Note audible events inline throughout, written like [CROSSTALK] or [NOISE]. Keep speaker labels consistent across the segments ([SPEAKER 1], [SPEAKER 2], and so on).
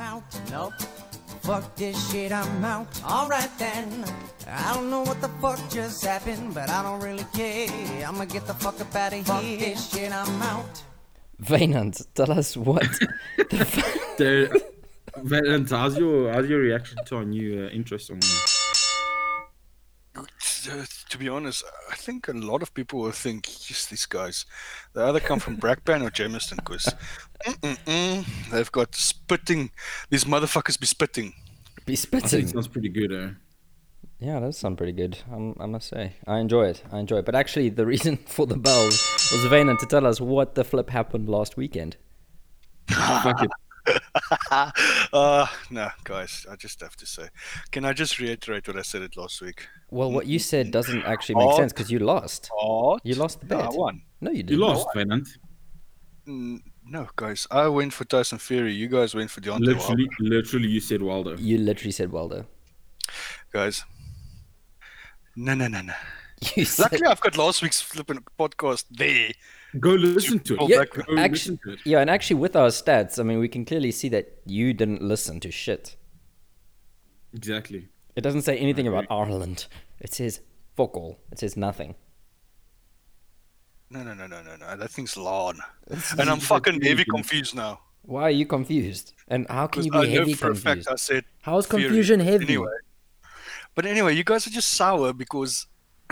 [SPEAKER 1] out. Nope. Fuck this shit, I'm out. Alright then. I don't know what the fuck just happened, but I don't really care. I'ma get the fuck up out of here. Fuck this shit, I'm out.
[SPEAKER 2] Vaynant, tell us
[SPEAKER 3] [LAUGHS]
[SPEAKER 2] what. the fu-
[SPEAKER 4] Dude, Valent, how's your how's your reaction to our new uh, intro song?
[SPEAKER 3] Uh, to be honest, I think a lot of people will think, yes, these guys, they either come from Brackban or Jameson, because they've got spitting. These motherfuckers be spitting.
[SPEAKER 2] be
[SPEAKER 4] I think
[SPEAKER 2] spitting.
[SPEAKER 4] it sounds pretty good, eh?
[SPEAKER 2] Yeah, that sound pretty good. Um, I must say, I enjoy it. I enjoy it. But actually, the reason [LAUGHS] for the bell was Vaynant to tell us what the flip happened last weekend.
[SPEAKER 4] Fuck it.
[SPEAKER 3] uh, no, guys, I just have to say, can I just reiterate what I said it last week?
[SPEAKER 2] Well, what you said doesn't actually make
[SPEAKER 3] Oh.
[SPEAKER 2] sense because you lost.
[SPEAKER 3] What?
[SPEAKER 2] You lost the
[SPEAKER 3] No, I
[SPEAKER 2] bet.
[SPEAKER 3] won.
[SPEAKER 2] No, you
[SPEAKER 4] You
[SPEAKER 2] didn't.
[SPEAKER 4] lost, Valent.
[SPEAKER 3] Mm, No, guys, I went for Tyson Fury. You guys went for Deontay
[SPEAKER 4] Literally,
[SPEAKER 3] Wilder.
[SPEAKER 4] literally, you said Wilder.
[SPEAKER 2] You literally said Wilder.
[SPEAKER 3] Guys, no, no, no, no.
[SPEAKER 2] [LAUGHS] You said.
[SPEAKER 3] Luckily, I've got last week's flipping podcast there.
[SPEAKER 4] Go listen to it.
[SPEAKER 3] Yeah,
[SPEAKER 4] Go
[SPEAKER 2] Actually,
[SPEAKER 4] listen to it.
[SPEAKER 2] yeah, and actually, with our stats, I mean, we can clearly see that you didn't listen to shit.
[SPEAKER 4] Exactly.
[SPEAKER 2] It doesn't say anything about Ireland. It says fuck all. It says nothing.
[SPEAKER 3] No, no, no, no, no, no. That thing's lawn. And I'm fucking heavy confused now.
[SPEAKER 2] Why are you confused? And how can
[SPEAKER 3] 'Cause
[SPEAKER 2] you
[SPEAKER 3] I
[SPEAKER 2] be
[SPEAKER 3] know
[SPEAKER 2] heavy
[SPEAKER 3] for a fact
[SPEAKER 2] confused?
[SPEAKER 3] I said
[SPEAKER 2] How is
[SPEAKER 3] Fury.
[SPEAKER 2] confusion heavy?
[SPEAKER 3] Anyway. But anyway, you guys are just sour because [CLEARS THROAT]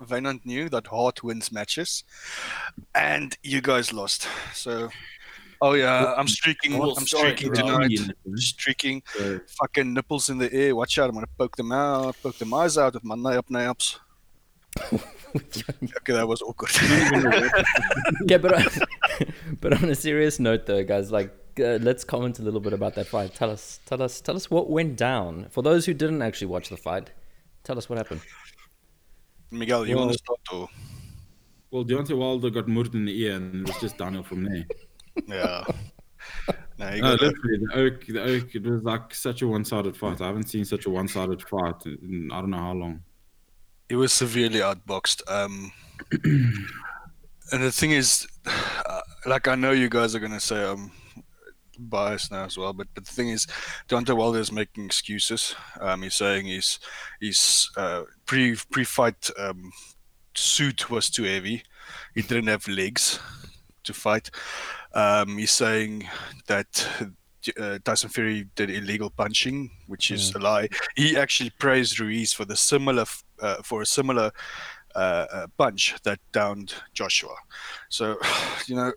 [SPEAKER 3] Vaynant knew that heart wins matches. And you guys lost. So oh yeah, I'm streaking
[SPEAKER 4] Well,
[SPEAKER 3] I'm
[SPEAKER 4] sorry,
[SPEAKER 3] streaking
[SPEAKER 4] Raul.
[SPEAKER 3] tonight.
[SPEAKER 4] Yeah.
[SPEAKER 3] Streaking
[SPEAKER 4] So,
[SPEAKER 3] fucking nipples in the air. Watch out, I'm gonna poke them out, poke them eyes out with my nail naps. Okay, that was awkward.
[SPEAKER 2] [LAUGHS] yeah, but [LAUGHS] but on a serious note, though, guys, like uh, let's comment a little bit about that fight. Tell us, tell us, tell us what went down. For those who didn't actually watch the fight, tell us what happened.
[SPEAKER 3] [LAUGHS] Miguel, you want to start or
[SPEAKER 4] well, Deontay Wilder got murdered in the ear, and it was just downhill from there.
[SPEAKER 3] [LAUGHS] yeah. No, you
[SPEAKER 4] No,
[SPEAKER 3] got it.
[SPEAKER 4] literally, the oak, the oak. It was like such a one-sided fight. I haven't seen such a one-sided fight in I don't know how long.
[SPEAKER 3] He was severely outboxed. Um, [CLEARS THROAT] and the thing is, [SIGHS] uh, like I know you guys are gonna say I'm biased now as well, but, but the thing is, Deontay Wilder is making excuses. Um, he's saying his his uh, pre pre fight um, suit was too heavy. He didn't have legs to fight. Um, he's saying that. Uh, Tyson Fury did illegal punching, which is a lie. He actually praised Ruiz for the similar f- uh, for a similar uh, uh, punch that downed Joshua. So, [SIGHS] you know,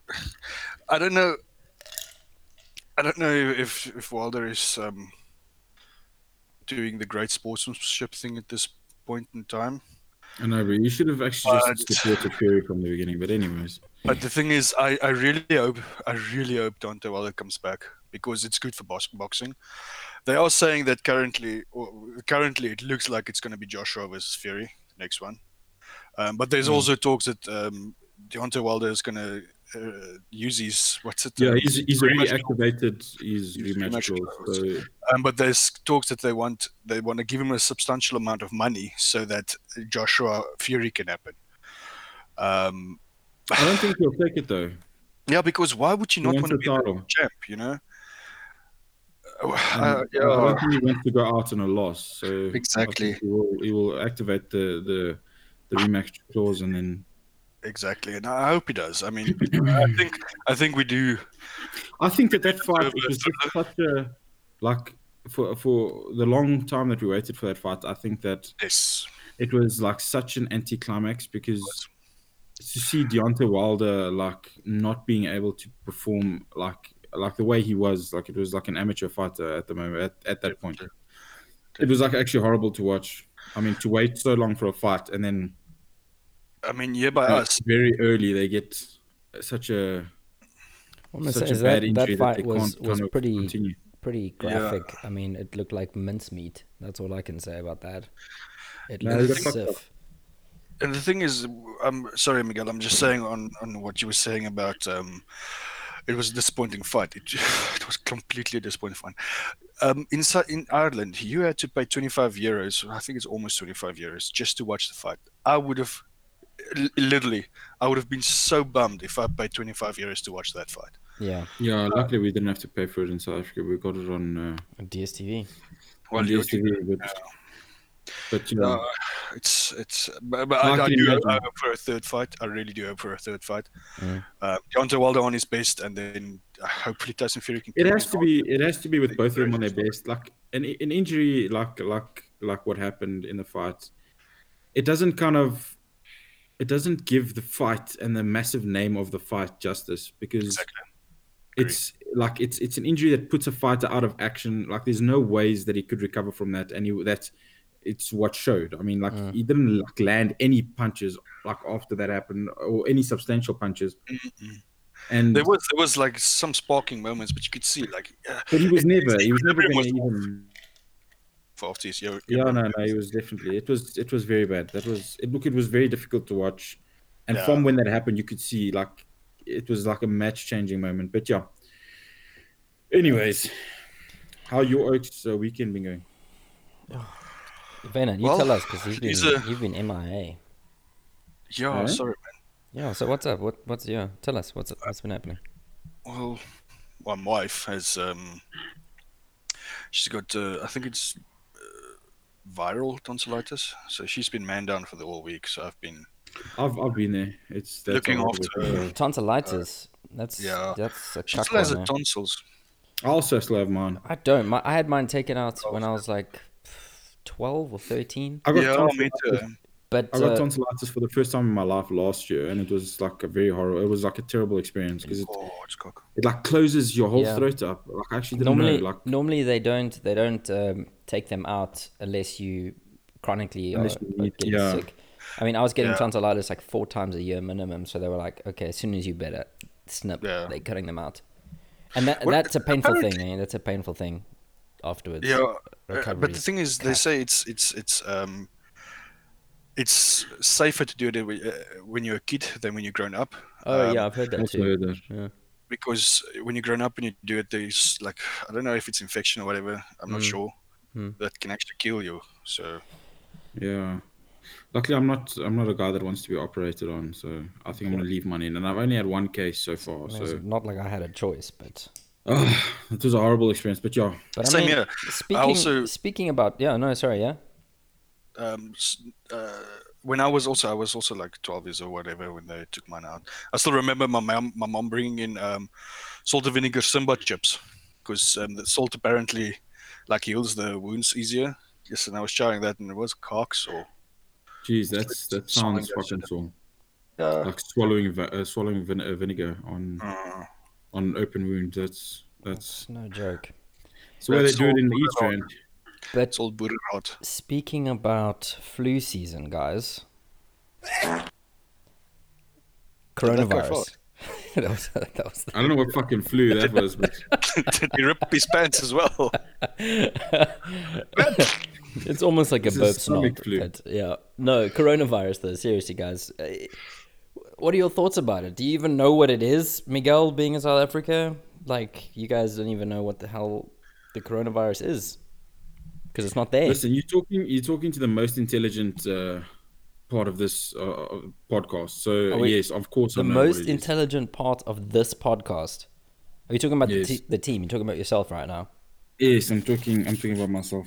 [SPEAKER 3] I don't know. I don't know if if Wilder is um, doing the great sportsmanship thing at this point in time.
[SPEAKER 4] I know, but you should have actually just
[SPEAKER 3] But-
[SPEAKER 4] supported Fury from the beginning. But anyways,
[SPEAKER 3] But the thing is, I, I really hope I really hope Dante Wilder comes back because it's good for box, boxing. They are saying that currently, or currently it looks like it's going to be Joshua versus Fury, the next one. Um, but
[SPEAKER 4] Hmm.
[SPEAKER 3] there's also talks that um, Deontay Wilder is going to uh, use his what's it?
[SPEAKER 4] yeah,
[SPEAKER 3] uh,
[SPEAKER 4] he's he's
[SPEAKER 3] rematch
[SPEAKER 4] already activated his
[SPEAKER 3] He's
[SPEAKER 4] rematch
[SPEAKER 3] rematch
[SPEAKER 4] clause.
[SPEAKER 3] clause.
[SPEAKER 4] So
[SPEAKER 3] Um, but there's talks that they want they want to give him a substantial amount of money so that Joshua Fury can happen. Um,
[SPEAKER 4] I don't think he'll take it though.
[SPEAKER 3] yeah, because why would you
[SPEAKER 4] He
[SPEAKER 3] not
[SPEAKER 4] wants
[SPEAKER 3] want to
[SPEAKER 4] the
[SPEAKER 3] be the
[SPEAKER 4] title.
[SPEAKER 3] champ? You know. Uh, [SIGHS]
[SPEAKER 4] And I
[SPEAKER 3] yeah,
[SPEAKER 4] don't think he wants to go out on a loss. So I
[SPEAKER 3] Exactly.
[SPEAKER 4] think He will, he will activate the the the rematch clause, and then
[SPEAKER 3] exactly, and I hope he does. I mean, [CLEARS THROAT] I think I think we do.
[SPEAKER 4] I think that that fight it was
[SPEAKER 3] uh,
[SPEAKER 4] just such a like for for the long time that we waited for that fight. I think that
[SPEAKER 3] Yes,
[SPEAKER 4] it was like such an anticlimax because to see Deontay Wilder like not being able to perform like like the way he was, like it was like an amateur fighter at the moment at, at that point. It was like actually horrible to watch. I mean, to wait so long for a fight and then
[SPEAKER 3] I mean, yeah, by
[SPEAKER 4] uh,
[SPEAKER 3] us.
[SPEAKER 4] very early they get such a
[SPEAKER 2] What I'm gonna
[SPEAKER 4] such
[SPEAKER 2] say
[SPEAKER 4] a
[SPEAKER 2] is
[SPEAKER 4] bad
[SPEAKER 2] that,
[SPEAKER 4] injury
[SPEAKER 2] that
[SPEAKER 4] that,
[SPEAKER 2] fight
[SPEAKER 4] they
[SPEAKER 2] was
[SPEAKER 4] can't
[SPEAKER 2] was
[SPEAKER 4] kind of
[SPEAKER 2] pretty
[SPEAKER 4] continue.
[SPEAKER 2] pretty
[SPEAKER 3] Yeah.
[SPEAKER 2] graphic. I mean, it looked like mincemeat. That's all I can say about that. It
[SPEAKER 4] No,
[SPEAKER 2] looked
[SPEAKER 4] they got fucked
[SPEAKER 2] stiff.
[SPEAKER 3] And the thing is, I'm sorry, Miguel. I'm just saying on on what you were saying about um, it was a disappointing fight. It, [LAUGHS] it was completely a disappointing fight. Um, in Sa- in Ireland, you had to pay 25 euros. I think it's almost 25 euros just to watch the fight. I would have li- literally, I would have been so bummed if I paid 25 euros to watch that fight.
[SPEAKER 2] Yeah,
[SPEAKER 4] Yeah, luckily we didn't have to pay for it in South Africa. We got it on, uh,
[SPEAKER 2] on DSTV.
[SPEAKER 3] Well,
[SPEAKER 4] on
[SPEAKER 3] you,
[SPEAKER 4] DStv, but, but you know,
[SPEAKER 3] uh,
[SPEAKER 2] Mm.
[SPEAKER 3] it's it's. But, but I,
[SPEAKER 4] Mark
[SPEAKER 3] I
[SPEAKER 4] didn't
[SPEAKER 3] do hope
[SPEAKER 4] imagine.
[SPEAKER 3] for a third fight. I really do hope for a third fight.
[SPEAKER 2] Mm.
[SPEAKER 3] Uh, Deontay Wilder on his best, and then uh, hopefully Tyson Fury can.
[SPEAKER 4] it
[SPEAKER 3] keep
[SPEAKER 4] has
[SPEAKER 3] him
[SPEAKER 4] to
[SPEAKER 3] on.
[SPEAKER 4] be it has to be with both of them on their best like an, an injury like like like what happened in the fight it doesn't kind of it doesn't give the fight and the massive name of the fight justice because
[SPEAKER 3] Exactly. Agree.
[SPEAKER 4] it's like it's it's an injury that puts a fighter out of action like there's no ways that he could recover from that and he, that's it's what showed i mean like
[SPEAKER 2] Mm.
[SPEAKER 4] he didn't like land any punches like after that happened or any substantial punches
[SPEAKER 3] Mm-mm.
[SPEAKER 4] and
[SPEAKER 3] There was there was like some sparking moments, but you could see like uh,
[SPEAKER 4] but he was
[SPEAKER 3] it-
[SPEAKER 4] never he was never
[SPEAKER 3] equilibrium
[SPEAKER 4] going
[SPEAKER 3] was
[SPEAKER 4] to even
[SPEAKER 3] for after his yo-
[SPEAKER 4] Yeah,
[SPEAKER 3] yo-
[SPEAKER 4] no, no, it was definitely it was it was very bad. That was it. Look, it was very difficult to watch, and
[SPEAKER 3] Yeah.
[SPEAKER 4] from when that happened, you could see like it was like a match changing moment. But yeah. Anyways, how your Oaks uh, weekend been going?
[SPEAKER 2] Vena, you
[SPEAKER 3] Well,
[SPEAKER 2] tell us because you've
[SPEAKER 3] he's
[SPEAKER 2] been
[SPEAKER 3] a-
[SPEAKER 2] you've been MIA.
[SPEAKER 3] Yeah,
[SPEAKER 4] Huh?
[SPEAKER 3] sorry.
[SPEAKER 2] Yeah. So what's up? What what's yeah? Tell us what's what's been happening.
[SPEAKER 3] Well, my wife has um, she's got uh, I think it's uh, viral tonsillitis, so she's been man down for the whole week. So I've been
[SPEAKER 4] I've I've been there. It's that's
[SPEAKER 3] Looking
[SPEAKER 4] how I
[SPEAKER 3] after-
[SPEAKER 4] was, uh,
[SPEAKER 2] Tonsillitis. that's
[SPEAKER 3] yeah.
[SPEAKER 2] that's a
[SPEAKER 3] she
[SPEAKER 2] chuck
[SPEAKER 3] still has
[SPEAKER 2] one,
[SPEAKER 3] her
[SPEAKER 2] eh?
[SPEAKER 3] tonsils.
[SPEAKER 4] I also still have mine.
[SPEAKER 2] I don't. My, I had mine taken out
[SPEAKER 3] Oh,
[SPEAKER 2] when I was like twelve or thirteen.
[SPEAKER 4] I got
[SPEAKER 3] yeah, oh, me
[SPEAKER 4] tonsillitis.
[SPEAKER 3] too.
[SPEAKER 2] But
[SPEAKER 4] I got
[SPEAKER 2] uh,
[SPEAKER 4] tonsillitis for the first time in my life last year, and it was like a very horrible. It was like a terrible experience because it,
[SPEAKER 3] Oh, it's cock.
[SPEAKER 4] it like closes your whole
[SPEAKER 2] Yeah.
[SPEAKER 4] throat up. Like I actually didn't
[SPEAKER 2] normally
[SPEAKER 4] know. Like
[SPEAKER 2] normally they don't they don't um, take them out unless you chronically
[SPEAKER 4] Unless
[SPEAKER 2] are
[SPEAKER 4] you
[SPEAKER 2] are
[SPEAKER 4] need-
[SPEAKER 2] getting
[SPEAKER 4] yeah.
[SPEAKER 2] sick. I mean, I was getting
[SPEAKER 3] Yeah.
[SPEAKER 2] tonsillitis like four times a year minimum, so they were like, okay, as soon as you better snip,
[SPEAKER 3] Yeah.
[SPEAKER 2] they're cutting them out, and that
[SPEAKER 3] Well,
[SPEAKER 2] that's a painful thing.
[SPEAKER 3] apparently-
[SPEAKER 2] eh? That's a painful thing afterwards.
[SPEAKER 3] Yeah, uh, but
[SPEAKER 2] recovery
[SPEAKER 3] the thing is, they
[SPEAKER 2] cut.
[SPEAKER 3] say it's it's it's um, it's safer to do it when- uh, when you're a kid than when you're grown up.
[SPEAKER 2] Oh
[SPEAKER 3] Um,
[SPEAKER 2] yeah, I've heard that
[SPEAKER 4] also
[SPEAKER 2] too.
[SPEAKER 4] that.
[SPEAKER 2] Yeah.
[SPEAKER 3] because when you're grown up and you do it, there's like I don't know if it's infection or whatever. I'm not
[SPEAKER 2] Mm.
[SPEAKER 3] sure.
[SPEAKER 2] Mm.
[SPEAKER 3] That can actually kill you. So
[SPEAKER 4] Yeah. Luckily, I'm not. I'm not a guy that wants to be operated on, so I think I'm gonna leave mine in. And I've only had one case so far,
[SPEAKER 2] I mean, it's
[SPEAKER 4] so
[SPEAKER 2] not like I had a choice, but
[SPEAKER 4] Ugh, it was a horrible experience. But yeah,
[SPEAKER 2] but I
[SPEAKER 3] Same
[SPEAKER 2] mean,
[SPEAKER 3] here.
[SPEAKER 2] Speaking
[SPEAKER 3] also-
[SPEAKER 2] speaking about yeah, no, sorry, yeah,
[SPEAKER 3] um, s- uh, when I was also I was also like 12 years or whatever when they took mine out. I still remember my mom my mom bringing in um, salt and vinegar Simba chips because um, the salt apparently like heals the wounds easier. Yes, and I was trying that, and it was cocks or
[SPEAKER 4] geez, that's that sounds
[SPEAKER 3] Swallowing that
[SPEAKER 4] fucking
[SPEAKER 3] shit.
[SPEAKER 4] sore.
[SPEAKER 3] yeah.
[SPEAKER 4] Like swallowing vi- uh, swallowing vin- uh, vinegar on
[SPEAKER 3] uh,
[SPEAKER 4] on open wounds. That's that's
[SPEAKER 2] it's no joke.
[SPEAKER 4] it's the way they
[SPEAKER 3] That's
[SPEAKER 4] do it in
[SPEAKER 3] all
[SPEAKER 4] the East
[SPEAKER 3] good
[SPEAKER 4] Rand.
[SPEAKER 2] But
[SPEAKER 3] it's all Buddha rot.
[SPEAKER 2] Speaking about flu season, guys.
[SPEAKER 3] that go
[SPEAKER 2] Coronavirus. [LAUGHS] that was, that was
[SPEAKER 4] I don't know what fucking flu
[SPEAKER 2] [LAUGHS]
[SPEAKER 4] that was, but
[SPEAKER 3] [LAUGHS] Did he rip his pants as well? [LAUGHS]
[SPEAKER 2] [LAUGHS] it's almost like a
[SPEAKER 4] is
[SPEAKER 2] burp snort.
[SPEAKER 4] stomach flu.
[SPEAKER 2] but yeah. No, coronavirus though, seriously guys. Uh, What are your thoughts about it? Do you even know what it is, Miguel being in South Africa? Like you guys don't even know what the hell the coronavirus is. Because it's not there.
[SPEAKER 4] listen, you're talking you're talking to the most intelligent uh, part of this uh, podcast. So
[SPEAKER 2] Oh, wait.
[SPEAKER 4] yes, of course,
[SPEAKER 2] the
[SPEAKER 4] I know what
[SPEAKER 2] most
[SPEAKER 4] it is.
[SPEAKER 2] intelligent part of this podcast. Are you talking about
[SPEAKER 4] Yes.
[SPEAKER 2] the, te- the team? You're talking about yourself right now.
[SPEAKER 4] Yes, I'm talking. I'm talking about myself.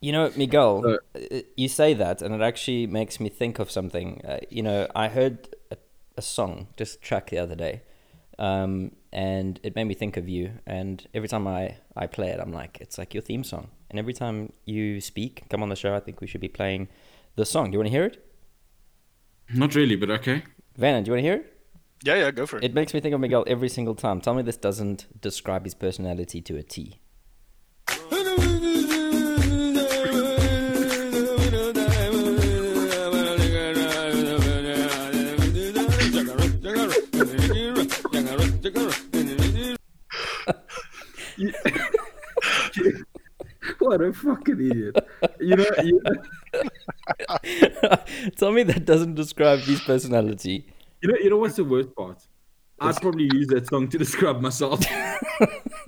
[SPEAKER 2] You know, Miguel,
[SPEAKER 4] So-
[SPEAKER 2] uh, you say that, and it actually makes me think of something. Uh, you know, I heard a, a song, just a track the other day, um, and it made me think of you. And every time I, I play it, I'm like, it's like your theme song. And every time you speak, come on the show, I think we should be playing the song. Do you want to hear it?
[SPEAKER 4] Not really, but okay.
[SPEAKER 2] Vanna, do you want to hear it?
[SPEAKER 3] Yeah, yeah, go for it.
[SPEAKER 2] It makes me think of Miguel every single time. Tell me this doesn't describe his personality to a T.
[SPEAKER 4] [LAUGHS]
[SPEAKER 2] [LAUGHS]
[SPEAKER 4] What a fucking idiot! You know, you know,
[SPEAKER 2] Tell me that doesn't describe his personality.
[SPEAKER 4] you know, you know what's the worst part? I'd probably use that song to describe myself. That's
[SPEAKER 2] [LAUGHS]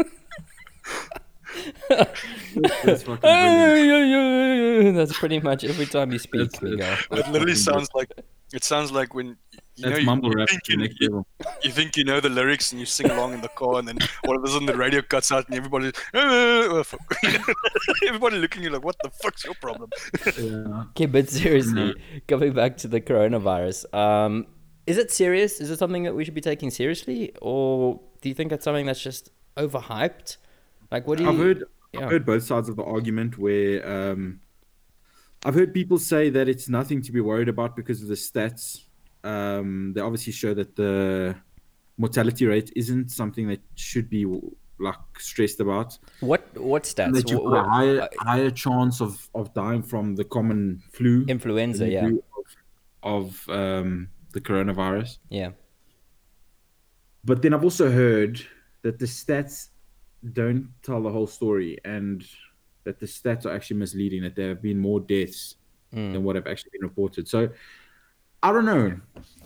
[SPEAKER 4] fucking brilliant.
[SPEAKER 2] That's pretty much every time you speak,
[SPEAKER 4] That's-
[SPEAKER 2] Miguel.
[SPEAKER 3] It literally sounds like it sounds like when you know,
[SPEAKER 4] That's
[SPEAKER 3] you,
[SPEAKER 4] mumble
[SPEAKER 3] you
[SPEAKER 4] rap
[SPEAKER 3] think
[SPEAKER 4] to the
[SPEAKER 3] you,
[SPEAKER 4] next level.
[SPEAKER 3] you think you know the lyrics and you sing along in the car, and then all of a sudden the radio cuts out and everybody, "Uh, uh, fuck." [LAUGHS] everybody looking at you like, what the fuck's your problem?
[SPEAKER 4] Yeah.
[SPEAKER 2] Okay, but seriously,
[SPEAKER 4] Mm.
[SPEAKER 2] coming back to the coronavirus, um, is it serious? Is it something that we should be taking seriously, or do you think it's something that's just overhyped? Like, what do you?
[SPEAKER 4] I've heard
[SPEAKER 2] Yeah.
[SPEAKER 4] I've heard both sides of the argument where um, I've heard people say that it's nothing to be worried about because of the stats. Um, they obviously show that the mortality rate isn't something that should be like stressed about.
[SPEAKER 2] what what stats?
[SPEAKER 4] that you've
[SPEAKER 2] Wh-
[SPEAKER 4] got a
[SPEAKER 2] wh-
[SPEAKER 4] higher, higher chance of, of dying from the common flu than
[SPEAKER 2] influenza,
[SPEAKER 4] you
[SPEAKER 2] yeah,
[SPEAKER 4] do of, of um, the coronavirus.
[SPEAKER 2] yeah.
[SPEAKER 4] But then I've also heard that the stats don't tell the whole story and that the stats are actually misleading, that there have been more deaths
[SPEAKER 2] Hmm.
[SPEAKER 4] than what have actually been reported. So I don't know.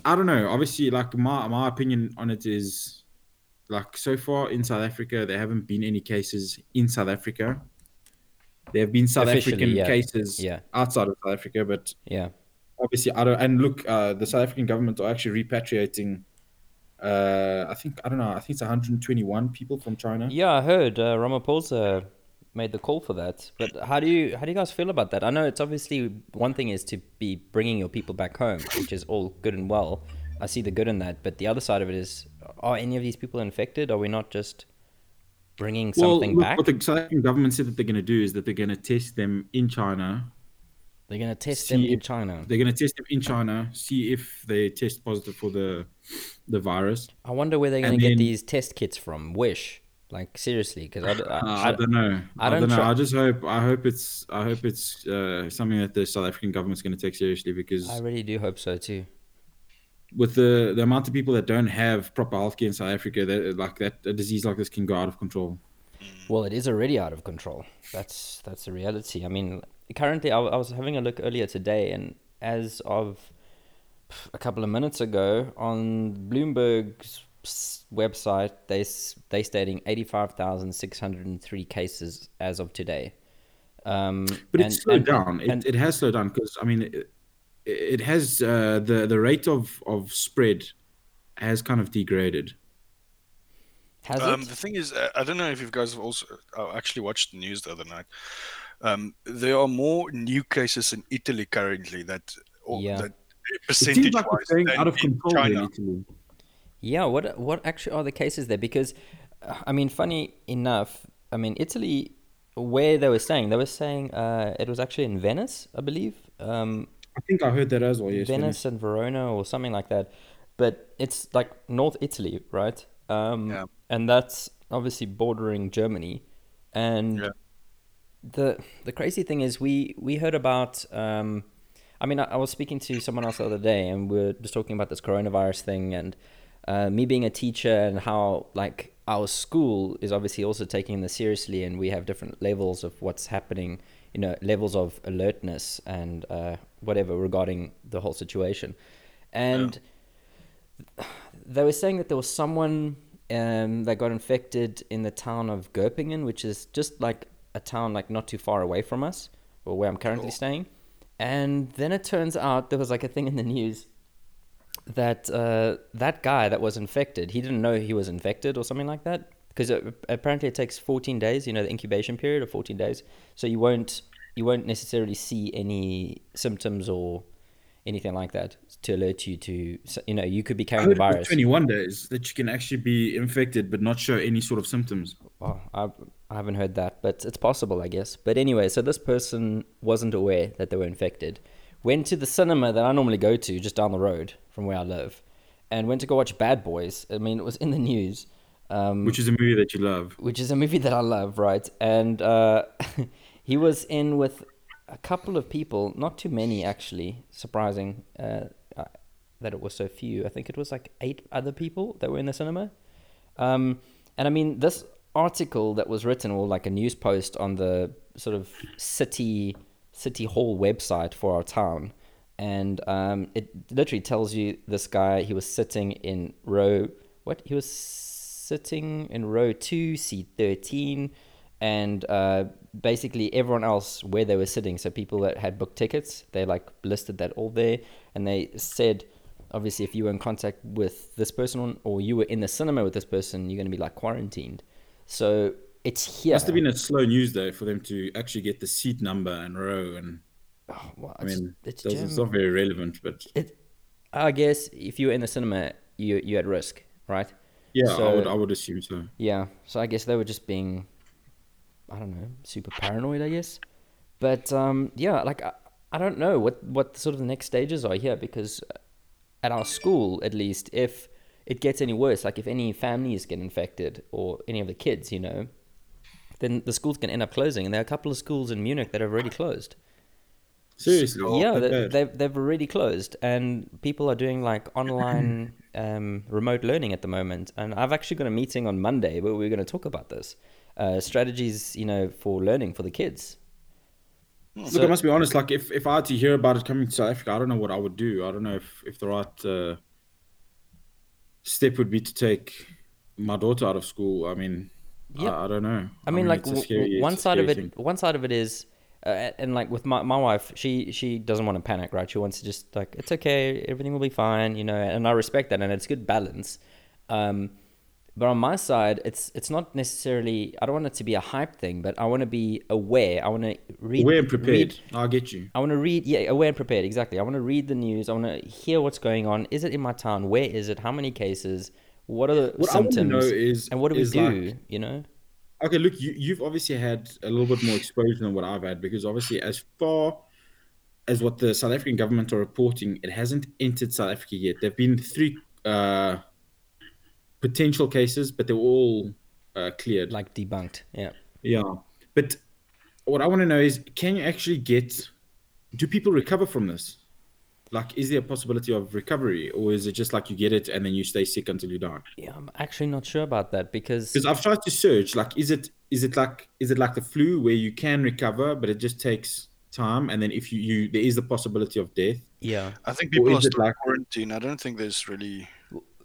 [SPEAKER 4] I don't know. Obviously, like my my opinion on it is like so far in South Africa, there haven't been any cases in South Africa. There have been South
[SPEAKER 2] Officially,
[SPEAKER 4] African
[SPEAKER 2] yeah.
[SPEAKER 4] cases
[SPEAKER 2] Yeah.
[SPEAKER 4] outside of South Africa, but
[SPEAKER 2] Yeah.
[SPEAKER 4] obviously I don't and look uh, the South African government are actually repatriating uh, I think I don't know I think it's 121 people from China
[SPEAKER 2] Yeah, I heard uh, Ramaphosa made the call for that. But how do you how do you guys feel about that? I know it's obviously one thing is to be bringing your people back home, which is all good and well. I see the good in that, but the other side of it is, are any of these people infected? Are we not just bringing something
[SPEAKER 4] look,
[SPEAKER 2] back?
[SPEAKER 4] what the South African government said that they're going to do is that they're going to test them in China
[SPEAKER 2] They're gonna test them
[SPEAKER 4] See
[SPEAKER 2] in
[SPEAKER 4] if-
[SPEAKER 2] China.
[SPEAKER 4] they're going to test them in China see if they test positive for the the virus
[SPEAKER 2] I wonder where they're gonna
[SPEAKER 4] and
[SPEAKER 2] get
[SPEAKER 4] then-
[SPEAKER 2] these test kits from. Wish, like seriously, because I, d- I-
[SPEAKER 4] Uh,
[SPEAKER 2] I-
[SPEAKER 4] I don't know
[SPEAKER 2] I
[SPEAKER 4] I
[SPEAKER 2] don't
[SPEAKER 4] don't, know
[SPEAKER 2] tr-
[SPEAKER 4] I just hope I hope it's I hope it's uh, something that the South African government's going to take seriously because
[SPEAKER 2] I really do hope so too.
[SPEAKER 4] with the the amount of people that don't have proper healthcare in South Africa that like that a disease like this can go out of control
[SPEAKER 2] Well, it is already out of control. That's that's the reality. I mean, currently, I, w- I was having a look earlier today, and as of pff, a couple of minutes ago on Bloomberg's s- website, they s- they stating eighty five thousand six hundred and three cases as of today. Um,
[SPEAKER 4] But
[SPEAKER 2] and-
[SPEAKER 4] it's slowed
[SPEAKER 2] and-
[SPEAKER 4] down. It,
[SPEAKER 2] and-
[SPEAKER 4] it has slowed down because I mean, it, it has uh, the the rate of of spread has kind of degraded.
[SPEAKER 2] Has
[SPEAKER 3] Um,
[SPEAKER 2] it?
[SPEAKER 3] the thing is, uh, I don't know if you guys have also I actually watched the news the other night. Um, there are more new cases in Italy currently that, or
[SPEAKER 2] Yeah.
[SPEAKER 3] that
[SPEAKER 4] It
[SPEAKER 3] percentage
[SPEAKER 4] seems like
[SPEAKER 3] wise
[SPEAKER 4] it's going out of control in
[SPEAKER 3] China.
[SPEAKER 4] Italy.
[SPEAKER 2] Yeah, what what actually are the cases there? Because, uh, I mean, funny enough, I mean, Italy, where they were saying, they were saying uh, it was actually in Venice, I believe, um,
[SPEAKER 4] I think I heard that as well. Yes,
[SPEAKER 2] Venice and Verona or something like that. But it's like North Italy, right? Um,
[SPEAKER 3] Yeah.
[SPEAKER 2] And that's obviously bordering Germany, and
[SPEAKER 3] Yeah.
[SPEAKER 2] the the crazy thing is we we heard about um i mean I, I was speaking to someone else the other day and we were just talking about this coronavirus thing and uh, me being a teacher and how like our school is obviously also taking this seriously and we have different levels of what's happening you know levels of alertness and uh, whatever regarding the whole situation and they were saying that there was someone um, that got infected in the town of Göppingen, which is just like a town like not too far away from us, or where I'm currently staying. And then it turns out there was like a thing in the news that uh, that guy that was infected, he didn't know he was infected or something like that. Because it, apparently it takes 14 days, you know, the incubation period of 14 days. So you won't you won't necessarily see any symptoms or anything like that to alert you to so, you know you could be
[SPEAKER 4] I
[SPEAKER 2] carrying the
[SPEAKER 4] heard it
[SPEAKER 2] virus.
[SPEAKER 4] was 21 days that you can actually be infected but not show any sort of symptoms.
[SPEAKER 2] Well, I, I haven't heard that, but it's possible, I guess. But anyway, so this person wasn't aware that they were infected. Went to the cinema that I normally go to, just down the road from where I live, and went to go watch Bad Boys. I mean, it was in the news, um,
[SPEAKER 4] Which is a movie that you love.
[SPEAKER 2] which is a movie that I love, right? And uh, [LAUGHS] he was in with a couple of people, not too many actually. Surprising uh, uh, that it was so few. I think it was like eight other people that were in the cinema. Um, and I mean, this article that was written, or like a news post on the sort of city city hall website for our town, and um, it literally tells you this guy he was sitting in row what he was sitting in row two, seat thirteen, and uh, basically everyone else where they were sitting. So people that had booked tickets, they like listed that all there, and they said obviously if you were in contact with this person or you were in the cinema with this person, you're going to be like quarantined. So it's here.
[SPEAKER 4] Must have been a slow news day for them to actually get the seat number and row. And
[SPEAKER 2] Oh, well,
[SPEAKER 4] I
[SPEAKER 2] it's,
[SPEAKER 4] mean,
[SPEAKER 2] it's
[SPEAKER 4] it's, it's
[SPEAKER 2] Germany.
[SPEAKER 4] not very relevant, but
[SPEAKER 2] It, I guess if you were in the cinema, you you at risk, right?
[SPEAKER 4] yeah, I
[SPEAKER 2] So-
[SPEAKER 4] would I would assume so.
[SPEAKER 2] Yeah. So I guess they were just being, I don't know, super paranoid. I guess. But um, yeah, like I, I don't know what what sort of the next stages are here because uh, at our school, at least, if it gets any worse, like if any families get infected or any of the kids, you know, then the school's gonna end up closing. And there are a couple of schools in Munich that have already closed.
[SPEAKER 4] Seriously, Oh,
[SPEAKER 2] yeah,
[SPEAKER 4] that
[SPEAKER 2] they,
[SPEAKER 4] bad.
[SPEAKER 2] they've, they've already closed, and people are doing like online um, remote learning at the moment. And I've actually got a meeting on Monday where we're going to talk about this uh, strategies, you know, for learning for the kids.
[SPEAKER 4] Look, I must be honest. Like, if, if I had to hear about it coming to South Africa, I don't know what I would do. I don't know if, if the right uh, step would be to take my daughter out of school. I mean,
[SPEAKER 2] Yeah.
[SPEAKER 4] I, I don't know.
[SPEAKER 2] I mean, like
[SPEAKER 4] it's a
[SPEAKER 2] w-
[SPEAKER 4] scary-
[SPEAKER 2] w-
[SPEAKER 4] it's
[SPEAKER 2] one
[SPEAKER 4] a
[SPEAKER 2] side of it,
[SPEAKER 4] scary thing.
[SPEAKER 2] one side of it is, uh, and like with my, my wife, she she doesn't want to panic, right? She wants to just like it's okay, everything will be fine, you know. And I respect that, and it's good balance. Um, but on my side, it's it's not necessarily. I don't want it to be a hype thing, but I want to be aware. I want to read.
[SPEAKER 4] We're
[SPEAKER 2] read-
[SPEAKER 4] prepared. I get you.
[SPEAKER 2] I want to read, yeah, aware and prepared, exactly. I want to read the news. I want to hear what's going on. Is it in my town? Where is it? How many cases? What are the
[SPEAKER 4] What I wanna
[SPEAKER 2] symptoms?
[SPEAKER 4] know is-
[SPEAKER 2] and what do we
[SPEAKER 4] is,
[SPEAKER 2] do?
[SPEAKER 4] like,
[SPEAKER 2] you know?
[SPEAKER 4] Okay, look, you, you've obviously had a little bit more exposure than what I've had because obviously, as far as what the South African government are reporting, it hasn't entered South Africa yet. There've been three uh, potential cases, but they were all uh, cleared.
[SPEAKER 2] Like debunked. Yeah.
[SPEAKER 4] Yeah. But what I want to know is can you actually get do people recover from this? Like is there a possibility of recovery or is it just like you get it and then you stay sick until you die?
[SPEAKER 2] Yeah, I'm actually not sure about that because
[SPEAKER 4] Because I've tried to search like is it is it like is it like the flu where you can recover but it just takes time and then if you, you there is the possibility of death.
[SPEAKER 2] yeah,
[SPEAKER 3] I think people are
[SPEAKER 4] is it
[SPEAKER 3] still in
[SPEAKER 4] like-
[SPEAKER 3] quarantine. I don't think there's really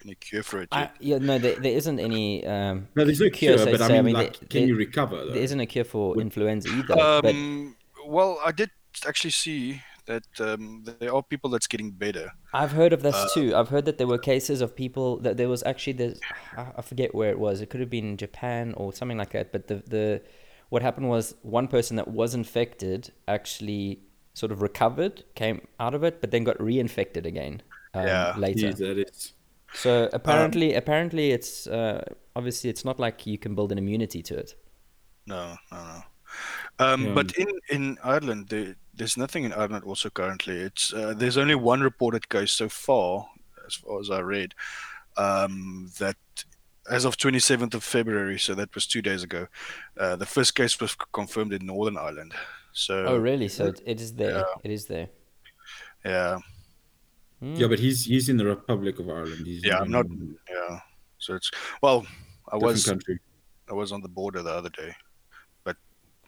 [SPEAKER 3] any cure for it.
[SPEAKER 2] I,
[SPEAKER 3] yet.
[SPEAKER 2] yeah, no, there, there isn't any. Um,
[SPEAKER 4] No, there's no cure,
[SPEAKER 2] so-
[SPEAKER 4] but I
[SPEAKER 2] so,
[SPEAKER 4] mean, like
[SPEAKER 2] there-
[SPEAKER 4] can
[SPEAKER 2] there-
[SPEAKER 4] you recover though?
[SPEAKER 2] There isn't a cure for influenza either. but
[SPEAKER 3] um, well, I did actually see that um, there are people that's getting better.
[SPEAKER 2] I've heard of
[SPEAKER 4] uh,
[SPEAKER 2] this too. I've heard that there were cases of people that there was actually this. I I forget where it was. It could have been Japan or something like that. But the the what happened was one person that was infected actually sort of recovered, came out of it, but then got reinfected again um,
[SPEAKER 3] Yeah.
[SPEAKER 2] later.
[SPEAKER 4] Yes, that is. Um,
[SPEAKER 2] So apparently, apparently it's uh, obviously it's not like you can build an immunity to it.
[SPEAKER 3] No, no, no. Um,
[SPEAKER 4] Yeah.
[SPEAKER 3] But in in Ireland, there, there's nothing in Ireland also currently. It's uh, there's only one reported case so far, as far as I read, um, that as of 27th of February, so that was two days ago, uh, the first case was confirmed in Northern Ireland. So
[SPEAKER 2] Oh, really? So it, it is there. It is there.
[SPEAKER 3] yeah,
[SPEAKER 4] Yeah, but he's he's in the Republic of Ireland. He's
[SPEAKER 3] yeah,
[SPEAKER 4] in
[SPEAKER 3] I'm not.
[SPEAKER 4] a
[SPEAKER 2] Mm.
[SPEAKER 3] Yeah, so it's well, I
[SPEAKER 4] different
[SPEAKER 3] was
[SPEAKER 4] country.
[SPEAKER 3] I was on the border the other day, but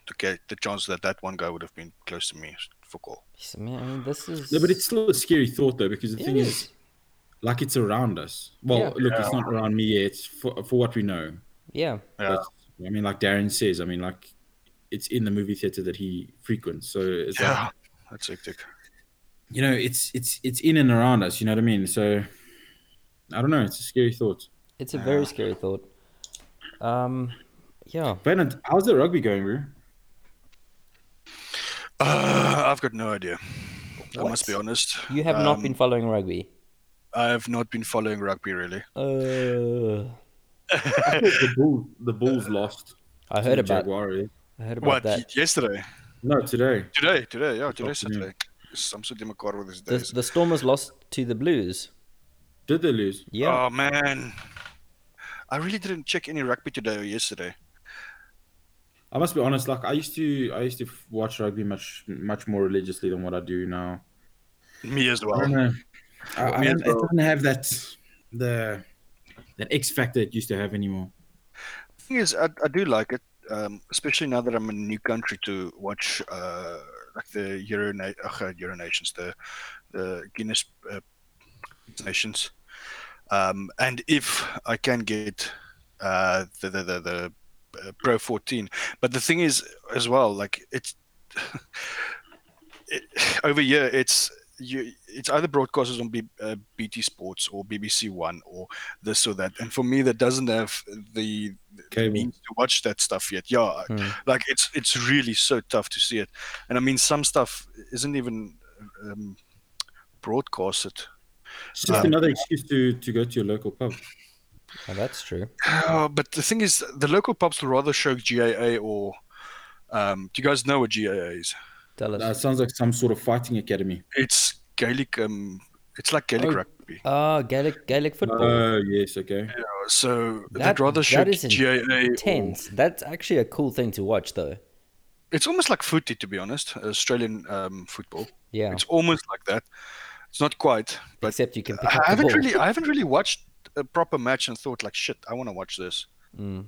[SPEAKER 3] the ca- the chance that that one guy would have been close to me is for call.
[SPEAKER 2] So, man, I mean, this is.
[SPEAKER 4] No, but it's still a scary thought though, because the
[SPEAKER 2] It
[SPEAKER 4] thing is,
[SPEAKER 2] is.
[SPEAKER 4] like it's around us. Well,
[SPEAKER 2] Yeah.
[SPEAKER 4] look, it's not around me yet. It's for for what we know.
[SPEAKER 2] yeah.
[SPEAKER 3] Yeah.
[SPEAKER 4] But, I mean, like Darren says, I mean, like it's in the movie theater that he frequents. So it's like,
[SPEAKER 3] Yeah, that's [SIGHS] hectic.
[SPEAKER 4] you know, it's it's it's in and around us. You know what I mean? So I don't know. It's a scary thought.
[SPEAKER 2] It's a very scary thought. Um, yeah.
[SPEAKER 4] Bernard, how's the rugby going, bro?
[SPEAKER 3] Uh, I've got no idea. I must be
[SPEAKER 2] What?
[SPEAKER 3] honest. Um,
[SPEAKER 2] You have not
[SPEAKER 4] Um,
[SPEAKER 2] been following rugby.
[SPEAKER 3] I have not been following rugby really.
[SPEAKER 2] Uh,
[SPEAKER 4] the Bulls, the
[SPEAKER 3] [LAUGHS]
[SPEAKER 4] Bulls lost.
[SPEAKER 2] I
[SPEAKER 4] to
[SPEAKER 2] heard
[SPEAKER 4] the
[SPEAKER 2] about.
[SPEAKER 4] Jaguars.
[SPEAKER 2] I heard about
[SPEAKER 3] What?
[SPEAKER 2] that.
[SPEAKER 3] Yesterday?
[SPEAKER 4] No, today.
[SPEAKER 3] Today? Today? Yeah, today.
[SPEAKER 4] afternoon.
[SPEAKER 3] Saturday. I'm so democratic with these
[SPEAKER 2] The,
[SPEAKER 3] days.
[SPEAKER 2] the Stormers lost to the Blues.
[SPEAKER 4] Did they lose?
[SPEAKER 2] Yeah.
[SPEAKER 3] Oh man, I really didn't check any rugby today or yesterday.
[SPEAKER 4] I must be honest. Like I used to, I used to f- watch rugby much, much more religiously than what I do now.
[SPEAKER 3] Me as
[SPEAKER 4] I don't
[SPEAKER 3] well.
[SPEAKER 4] know. I, I
[SPEAKER 3] Yeah,
[SPEAKER 4] don't, it
[SPEAKER 3] bro.
[SPEAKER 4] doesn't have that the that X factor it used to have anymore.
[SPEAKER 3] thing is, I, I do like it, um, especially now that I'm in a new country to watch uh, like the Euro, na- uh, Euro Nations, the the Guinness uh, Nations, um, and if I can get uh, the the the, the uh, Pro 14. But the [SIGHS] thing is, as well, like it's it, over here, it's you it's either broadcasted on B, uh, BT Sports or BBC One or this or that. And for me, that doesn't have the, the
[SPEAKER 4] Cable.
[SPEAKER 3] means to watch that stuff yet. Yeah, I-
[SPEAKER 2] Hmm.
[SPEAKER 3] like it's it's really so tough to see it. And I mean, some stuff isn't even um, broadcasted.
[SPEAKER 4] It's just
[SPEAKER 3] uh,
[SPEAKER 4] another excuse to to go to your local pub.
[SPEAKER 2] Oh, that's true.
[SPEAKER 3] Uh, but the thing is, the local pubs will rather show GAA or. Um, do you guys know what GAA is?
[SPEAKER 2] Tell
[SPEAKER 4] That
[SPEAKER 2] us.
[SPEAKER 4] sounds like some sort of fighting academy.
[SPEAKER 3] It's Gaelic. Um, it's like Gaelic
[SPEAKER 2] Oh.
[SPEAKER 3] rugby.
[SPEAKER 2] Ah, Gaelic Gaelic football.
[SPEAKER 4] Oh yes, okay.
[SPEAKER 3] You know, So
[SPEAKER 2] That-
[SPEAKER 3] they'd rather
[SPEAKER 2] that
[SPEAKER 3] show
[SPEAKER 2] is
[SPEAKER 3] GAA. Or,
[SPEAKER 2] Tense. That's actually a cool thing to watch, though.
[SPEAKER 3] it's almost like footy, to be honest. Australian um, football.
[SPEAKER 2] Yeah.
[SPEAKER 3] It's almost like that. It's not quite, but
[SPEAKER 2] Except you can pick
[SPEAKER 3] I
[SPEAKER 2] up the
[SPEAKER 3] haven't
[SPEAKER 2] ball.
[SPEAKER 3] really, I haven't really watched a proper match and thought like, shit, I want to watch this
[SPEAKER 2] Mm.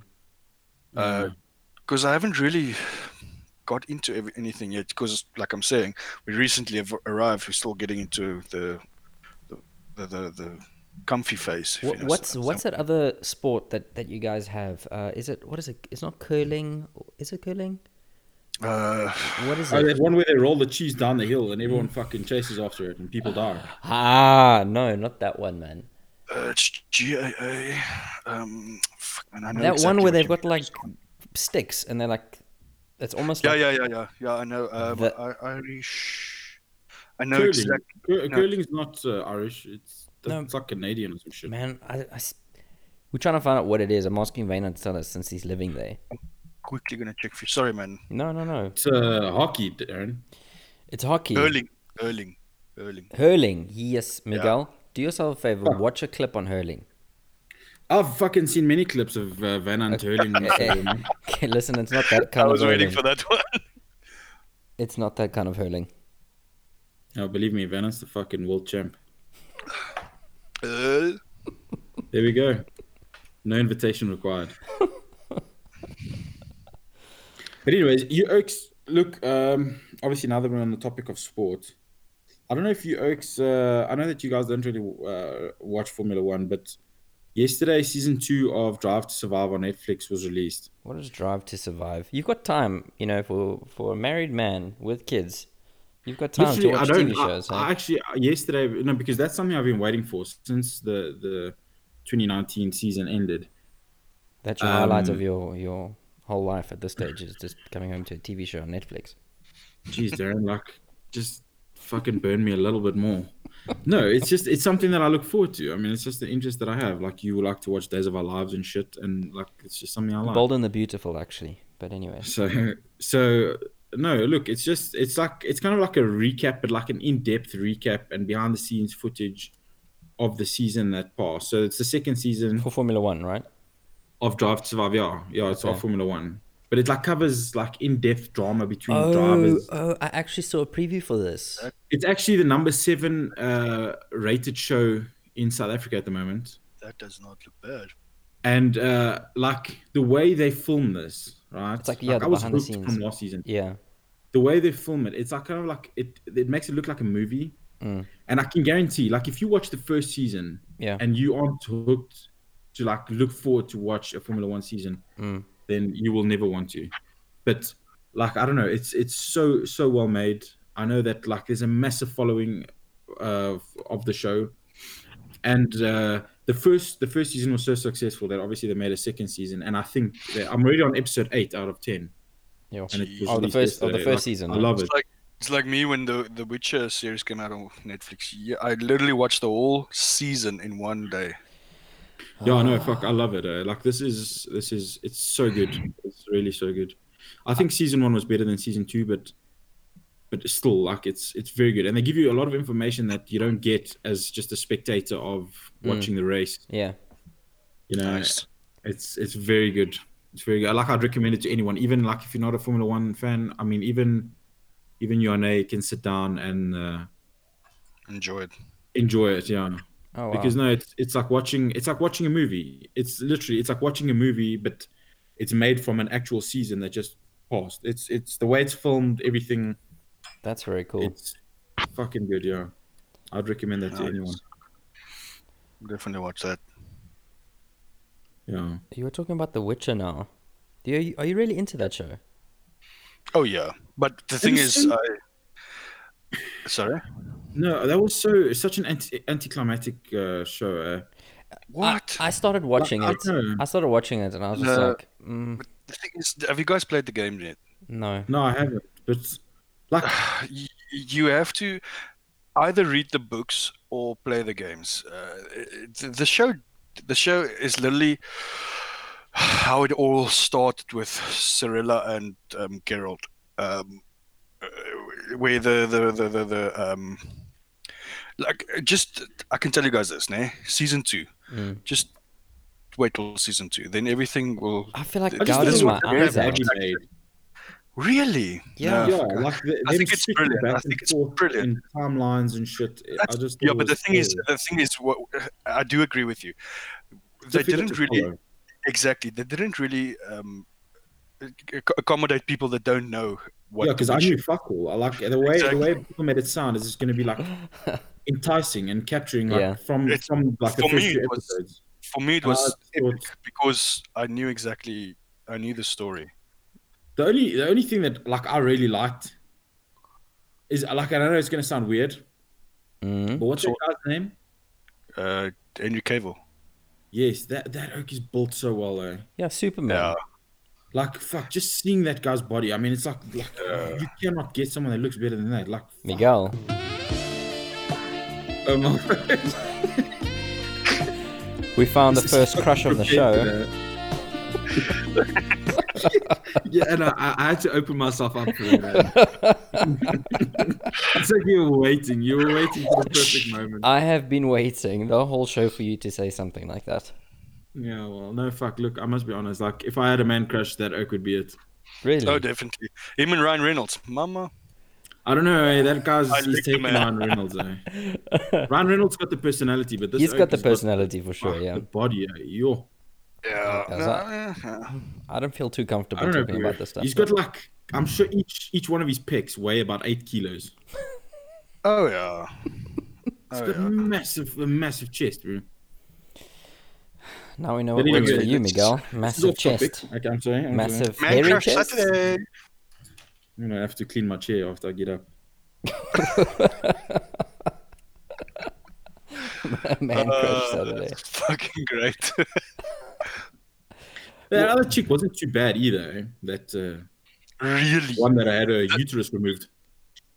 [SPEAKER 3] because I haven't really got into ev- anything yet. Because, like I'm saying, we recently have arrived. We're still getting into the the the, the, the comfy phase. if
[SPEAKER 2] Wha-
[SPEAKER 3] you know
[SPEAKER 2] what's
[SPEAKER 3] what I'm
[SPEAKER 2] what's
[SPEAKER 3] saying.
[SPEAKER 2] that other sport that, that you guys have? Uh, is it what is it? It's not curling. Is it curling?
[SPEAKER 3] Uh,
[SPEAKER 2] What is
[SPEAKER 4] Oh,
[SPEAKER 2] it?
[SPEAKER 4] that one where they roll the cheese down the hill and everyone fucking chases after it and people
[SPEAKER 3] [LAUGHS]
[SPEAKER 4] die.
[SPEAKER 2] Ah, no, not that one, man.
[SPEAKER 3] uh, it's GAA. Um, fuck, man, I know
[SPEAKER 2] that
[SPEAKER 3] exactly
[SPEAKER 2] one where
[SPEAKER 3] what
[SPEAKER 2] they've
[SPEAKER 3] you
[SPEAKER 2] got
[SPEAKER 3] mean.
[SPEAKER 2] like sticks and they're like, it's almost
[SPEAKER 3] Yeah,
[SPEAKER 2] like
[SPEAKER 3] yeah, yeah, yeah, yeah. I know. Um,
[SPEAKER 2] The-
[SPEAKER 3] I, Irish. I know
[SPEAKER 4] Curling.
[SPEAKER 3] exactly.
[SPEAKER 4] Cur-
[SPEAKER 3] no.
[SPEAKER 4] Curling's not uh, Irish. It's
[SPEAKER 2] No.
[SPEAKER 4] it's like Canadian or some shit.
[SPEAKER 2] man. I, I s- we're trying to find out what it is. I'm asking Vayner to tell us since he's living there.
[SPEAKER 3] Quickly gonna check for you. Sorry, man.
[SPEAKER 2] No, no, no.
[SPEAKER 4] It's uh, hockey, Darren.
[SPEAKER 2] It's hockey.
[SPEAKER 3] Erling, Erling, Erling.
[SPEAKER 2] Hurling. Yes, Miguel. Do yourself a favor. Watch a clip on
[SPEAKER 3] [LAUGHS]
[SPEAKER 2] hurling.
[SPEAKER 4] I've fucking seen many clips of uh, Van Ant
[SPEAKER 2] [LAUGHS]
[SPEAKER 4] hurling.
[SPEAKER 2] Eh,
[SPEAKER 4] myself.
[SPEAKER 2] okay, listen, it's not that
[SPEAKER 3] I
[SPEAKER 2] kind
[SPEAKER 3] was
[SPEAKER 2] of
[SPEAKER 3] waiting
[SPEAKER 2] hurling.
[SPEAKER 3] for that one. [LAUGHS]
[SPEAKER 2] It's not that kind of hurling.
[SPEAKER 4] no, Oh, believe me, Van Ant's the fucking world champ.
[SPEAKER 3] Uh,
[SPEAKER 4] There we go. No invitation required.
[SPEAKER 2] [LAUGHS]
[SPEAKER 4] but anyways, you Oaks, look, um, obviously now that we're on the topic of sport, I don't know if you Oaks, uh, I know that you guys don't really uh, watch Formula One, but yesterday season two of Drive to Survive on Netflix was released.
[SPEAKER 2] What is drive to survive? You've got time, you know, for for a married man with kids. You've got time
[SPEAKER 4] Literally,
[SPEAKER 2] to
[SPEAKER 4] I
[SPEAKER 2] watch
[SPEAKER 4] don't.
[SPEAKER 2] TV
[SPEAKER 4] I-
[SPEAKER 2] shows. eh?
[SPEAKER 4] I
[SPEAKER 2] hey?
[SPEAKER 4] actually uh, yesterday no, because that's something I've been waiting for since the the 2019 season ended.
[SPEAKER 2] That's your highlight
[SPEAKER 4] um,
[SPEAKER 2] of your your whole life at this stage is just coming home to a TV show on Netflix.
[SPEAKER 4] Jeez, Darren, like, just fucking burn me a little bit more. No, it's just it's something that I look forward to. I mean, it's just the interest that I have. Like, you like to watch Days of Our Lives and shit, and like, it's just something I like.
[SPEAKER 2] Bold and the Beautiful, actually. But anyway,
[SPEAKER 4] So, so no, look, it's just it's like it's kind of like a recap, but like an in-depth recap and behind-the-scenes footage of the season that passed. So it's the second season
[SPEAKER 2] for Formula One, right?
[SPEAKER 4] of Drive to Survive. Yeah, yeah, it's our
[SPEAKER 2] Okay.
[SPEAKER 4] Formula One, but it like covers like in-depth drama between the drivers.
[SPEAKER 2] oh, I actually saw a preview for this.
[SPEAKER 4] It's actually the number seven uh, rated show in South Africa at the moment,
[SPEAKER 3] that does not look bad.
[SPEAKER 4] and uh, like the way they film this, right? It's
[SPEAKER 2] like, yeah, the
[SPEAKER 4] I was
[SPEAKER 2] behind the
[SPEAKER 4] hooked
[SPEAKER 2] scenes.
[SPEAKER 4] from last season.
[SPEAKER 2] Yeah.
[SPEAKER 4] The way they film it, it's like kind of like it. It makes it look like a movie, and I can guarantee, like if you watch the first season,
[SPEAKER 2] Yeah.
[SPEAKER 4] and you aren't hooked to like look forward to watch a Formula One season, then you will never want to. But like I don't know, it's it's so so well made. I know that like there's a massive following uh, of the show, and uh, the first the first season was so successful that obviously they made a second season, and I think that, I'm already on episode eight out of ten.
[SPEAKER 2] Yeah.
[SPEAKER 4] And it was
[SPEAKER 2] Oh, the
[SPEAKER 4] released
[SPEAKER 2] first- oh, the
[SPEAKER 4] yesterday.
[SPEAKER 2] first
[SPEAKER 4] Like,
[SPEAKER 2] season,
[SPEAKER 4] I
[SPEAKER 2] huh?
[SPEAKER 4] love it.
[SPEAKER 3] It's like it's like me when the the Witcher series came out on Netflix. Yeah, I literally watched the whole season in one day.
[SPEAKER 4] Yeah, no, fuck, I love it. eh. Like this is this is it's so good. It's really so good. I think season one was better than season two, but but still, like it's it's very good, and they give you a lot of information that you don't get as just a spectator of
[SPEAKER 2] Mm.
[SPEAKER 4] watching the race.
[SPEAKER 2] Yeah.
[SPEAKER 4] You know,
[SPEAKER 3] Nice.
[SPEAKER 4] it's it's very good. It's very good. Like I'd recommend it to anyone, even like if you're not a Formula One fan. I mean, even even you and I can sit down and uh,
[SPEAKER 3] Enjoyed.
[SPEAKER 4] enjoy it. Yeah.
[SPEAKER 2] Oh, wow.
[SPEAKER 4] because no it's, it's like watching it's like watching a movie it's literally it's like watching a movie but it's made from an actual season that just passed it's it's the way it's filmed everything
[SPEAKER 2] that's very cool.
[SPEAKER 4] it's fucking good yeah i'd recommend that to anyone
[SPEAKER 3] Definitely watch that.
[SPEAKER 4] yeah
[SPEAKER 2] You were talking about The Witcher now. Do you, are you really into that show?
[SPEAKER 3] Oh yeah, but the thing is,
[SPEAKER 4] Listen.
[SPEAKER 3] I sorry.
[SPEAKER 4] No, that was so such an anti- anticlimactic uh, show. Eh?
[SPEAKER 3] What?
[SPEAKER 2] I started watching
[SPEAKER 4] I
[SPEAKER 2] it.
[SPEAKER 4] know.
[SPEAKER 2] I started watching it, and I was just
[SPEAKER 3] No.
[SPEAKER 2] like, mm,
[SPEAKER 3] the thing is, have you guys played the game yet?
[SPEAKER 2] no.
[SPEAKER 4] No, I haven't. But
[SPEAKER 3] [SIGHS]
[SPEAKER 4] like,
[SPEAKER 3] you, you have to either read the books or play the games. Uh, it- it- the show, the show is literally how it all started with Cyrilla and um, Geralt, um, uh, where the the the the, the um, like just I can tell you guys this, ne? Season two,
[SPEAKER 2] Mm.
[SPEAKER 3] just wait till season two, then everything will
[SPEAKER 2] I feel like
[SPEAKER 3] I just
[SPEAKER 2] gouging
[SPEAKER 3] didn't
[SPEAKER 2] my
[SPEAKER 3] want to
[SPEAKER 2] eyes
[SPEAKER 3] have
[SPEAKER 2] out.
[SPEAKER 4] made.
[SPEAKER 3] really.
[SPEAKER 2] Yeah.
[SPEAKER 3] No,
[SPEAKER 4] yeah, like the,
[SPEAKER 3] I
[SPEAKER 4] them
[SPEAKER 3] think it's
[SPEAKER 4] switching
[SPEAKER 3] brilliant. I
[SPEAKER 4] back and
[SPEAKER 3] think it's
[SPEAKER 4] forth
[SPEAKER 3] brilliant.
[SPEAKER 4] in timelines and shit. I
[SPEAKER 3] That's-
[SPEAKER 4] just
[SPEAKER 3] yeah,
[SPEAKER 4] thought
[SPEAKER 3] but
[SPEAKER 4] it
[SPEAKER 3] the
[SPEAKER 4] was
[SPEAKER 3] thing is,
[SPEAKER 4] so
[SPEAKER 3] the thing is, what I do agree with you. They
[SPEAKER 4] difficult
[SPEAKER 3] didn't
[SPEAKER 4] to
[SPEAKER 3] really
[SPEAKER 4] follow.
[SPEAKER 3] exactly. They didn't really um, ac- accommodate people that don't know what.
[SPEAKER 4] yeah, because
[SPEAKER 3] the
[SPEAKER 4] I knew
[SPEAKER 3] show-
[SPEAKER 4] fuck all. I like the way the way people made it sound is just going to be
[SPEAKER 3] [LAUGHS]
[SPEAKER 4] like enticing and capturing like
[SPEAKER 2] Yeah.
[SPEAKER 4] from
[SPEAKER 3] It's-
[SPEAKER 4] from like the
[SPEAKER 3] for
[SPEAKER 4] first
[SPEAKER 3] me,
[SPEAKER 4] few
[SPEAKER 3] it was-
[SPEAKER 4] episodes. Uh,
[SPEAKER 3] For me, it
[SPEAKER 4] I
[SPEAKER 3] was
[SPEAKER 4] thought-
[SPEAKER 3] epic because I knew exactly. I knew the story.
[SPEAKER 4] The only the only thing that like I really liked is like I know it's going to sound weird,
[SPEAKER 2] Mm.
[SPEAKER 4] but what's
[SPEAKER 3] So-
[SPEAKER 4] that guy's name?
[SPEAKER 3] Uh, Henry Cavill.
[SPEAKER 4] Yes, that that oak is built so well, eh?
[SPEAKER 2] Yeah, Superman.
[SPEAKER 3] Yeah.
[SPEAKER 4] Like fuck, just seeing that guy's body. I mean, it's like, like you cannot get someone that looks better than that. Like fuck.
[SPEAKER 2] Miguel.
[SPEAKER 4] Oh [LAUGHS] my-
[SPEAKER 2] We found the
[SPEAKER 4] This is
[SPEAKER 2] first
[SPEAKER 4] fucking
[SPEAKER 2] crush of the show.
[SPEAKER 4] prepared for that. [LAUGHS] yeah, and I, I I had to open myself up for that. [LAUGHS] it's like you were waiting. You were waiting for the perfect moment.
[SPEAKER 2] I have been waiting the whole show for you to say something like that.
[SPEAKER 4] Yeah, well, no, fuck. Look, I must be honest. Like, if I had a man crush, that oak would be it.
[SPEAKER 2] Really?
[SPEAKER 3] Oh, definitely. Him and Ryan Reynolds. Mama.
[SPEAKER 4] I don't know. Eh? That guy's
[SPEAKER 3] I
[SPEAKER 4] he's
[SPEAKER 3] licked the
[SPEAKER 4] taking
[SPEAKER 3] man.
[SPEAKER 4] Ryan Reynolds. Eh?
[SPEAKER 2] [LAUGHS]
[SPEAKER 4] Ryan Reynolds got the personality, but this
[SPEAKER 2] He's got
[SPEAKER 4] oak
[SPEAKER 2] the
[SPEAKER 4] has
[SPEAKER 2] personality for sure,
[SPEAKER 4] fuck,
[SPEAKER 2] yeah.
[SPEAKER 4] the body. Eh? Yo,
[SPEAKER 3] Yeah.
[SPEAKER 2] How's
[SPEAKER 3] no, eh, eh.
[SPEAKER 2] I don't feel too
[SPEAKER 4] I
[SPEAKER 2] comfortable
[SPEAKER 4] don't know.
[SPEAKER 2] talking
[SPEAKER 4] bro.
[SPEAKER 2] about this stuff.
[SPEAKER 4] He's got like. I'm sure each each one of his pecs weigh about eight kilos.
[SPEAKER 3] Oh yeah.
[SPEAKER 4] He's
[SPEAKER 3] Oh,
[SPEAKER 4] got
[SPEAKER 3] yeah.
[SPEAKER 4] massive, a massive chest, bro.
[SPEAKER 2] now we know
[SPEAKER 4] But
[SPEAKER 2] what works for
[SPEAKER 4] anyway,
[SPEAKER 2] you,
[SPEAKER 4] this is-
[SPEAKER 2] Miguel.
[SPEAKER 4] This is
[SPEAKER 2] Massive
[SPEAKER 4] off topic.
[SPEAKER 2] chest.
[SPEAKER 4] Okay, I'm sorry. I'm sorry.
[SPEAKER 2] Massive
[SPEAKER 3] Man
[SPEAKER 2] hairy
[SPEAKER 3] Crush
[SPEAKER 2] chest.
[SPEAKER 3] Saturday.
[SPEAKER 4] I'm gonna have to clean my chair after I get up.
[SPEAKER 2] [LAUGHS] Man Crush
[SPEAKER 3] Uh,
[SPEAKER 2] Saturday.
[SPEAKER 3] that's [LAUGHS] fucking great. [LAUGHS]
[SPEAKER 4] That other chick wasn't too bad either. eh? That uh,
[SPEAKER 3] really.
[SPEAKER 4] one that I had her uterus removed.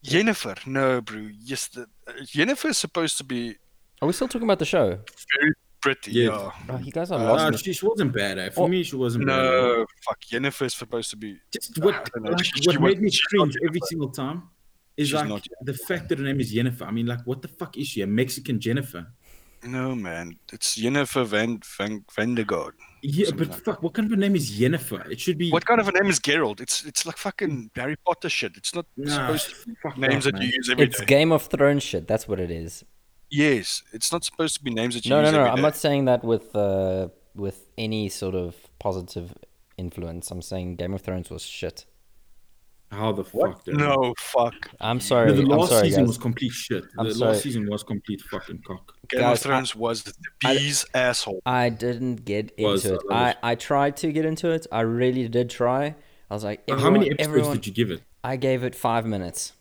[SPEAKER 3] Jennifer, no, bro. Yes, the, uh, Jennifer is supposed to be
[SPEAKER 2] Are we still talking about the show?
[SPEAKER 3] very pretty.
[SPEAKER 4] Yes.
[SPEAKER 3] Yeah.
[SPEAKER 2] Bro, you guys are
[SPEAKER 4] Uh,
[SPEAKER 2] lost.
[SPEAKER 4] she, she wasn't bad. eh? For
[SPEAKER 2] Oh,
[SPEAKER 4] me, she wasn't bad.
[SPEAKER 3] No, fuck. Jennifer is supposed to be.
[SPEAKER 4] Just what,
[SPEAKER 3] I don't know.
[SPEAKER 4] like,
[SPEAKER 3] She-
[SPEAKER 4] what
[SPEAKER 3] she
[SPEAKER 4] made
[SPEAKER 3] was-
[SPEAKER 4] me
[SPEAKER 3] she's
[SPEAKER 4] cringe
[SPEAKER 3] not
[SPEAKER 4] every single time is
[SPEAKER 3] She's
[SPEAKER 4] like
[SPEAKER 3] not
[SPEAKER 4] the fact that her name is Jennifer. I mean, like, what the fuck is she? A Mexican Jennifer?
[SPEAKER 3] No, man. It's Jennifer Van Van Vandergaard.
[SPEAKER 4] Yeah,
[SPEAKER 3] Something
[SPEAKER 4] but
[SPEAKER 3] like
[SPEAKER 4] fuck, what kind of a name is Jennifer? It should be.
[SPEAKER 3] What kind of a name is Gerald? It's it's like fucking Harry Potter shit. It's not
[SPEAKER 4] Nah,
[SPEAKER 3] supposed
[SPEAKER 4] fuck
[SPEAKER 3] to be names
[SPEAKER 4] off,
[SPEAKER 3] that
[SPEAKER 4] man.
[SPEAKER 3] you use every day.
[SPEAKER 2] It's Game of Thrones shit. That's what it is.
[SPEAKER 3] yes, it's not supposed to be names that you
[SPEAKER 2] No, no,
[SPEAKER 3] use
[SPEAKER 2] no.
[SPEAKER 3] every
[SPEAKER 2] I'm
[SPEAKER 3] day.
[SPEAKER 2] not saying that with uh, with any sort of positive influence. I'm saying Game of Thrones was shit.
[SPEAKER 4] How the fuck? dude?
[SPEAKER 3] No, fuck.
[SPEAKER 2] I'm sorry.
[SPEAKER 4] No, the
[SPEAKER 2] I'm
[SPEAKER 4] last
[SPEAKER 2] sorry,
[SPEAKER 4] season
[SPEAKER 2] guys.
[SPEAKER 4] was complete shit.
[SPEAKER 2] I'm
[SPEAKER 4] the
[SPEAKER 2] sorry.
[SPEAKER 4] last season was complete fucking cock.
[SPEAKER 3] Game
[SPEAKER 2] Guys,
[SPEAKER 3] of Thrones was the
[SPEAKER 2] I-
[SPEAKER 3] bee's asshole.
[SPEAKER 2] I didn't get
[SPEAKER 4] Was,
[SPEAKER 3] uh,
[SPEAKER 2] into it.
[SPEAKER 4] I
[SPEAKER 2] I,
[SPEAKER 4] was-
[SPEAKER 2] I tried to get into it. I really did try. I was like,
[SPEAKER 4] How
[SPEAKER 2] everyone,
[SPEAKER 4] many episodes
[SPEAKER 2] everyone.
[SPEAKER 4] did you give it?
[SPEAKER 2] I gave it five minutes.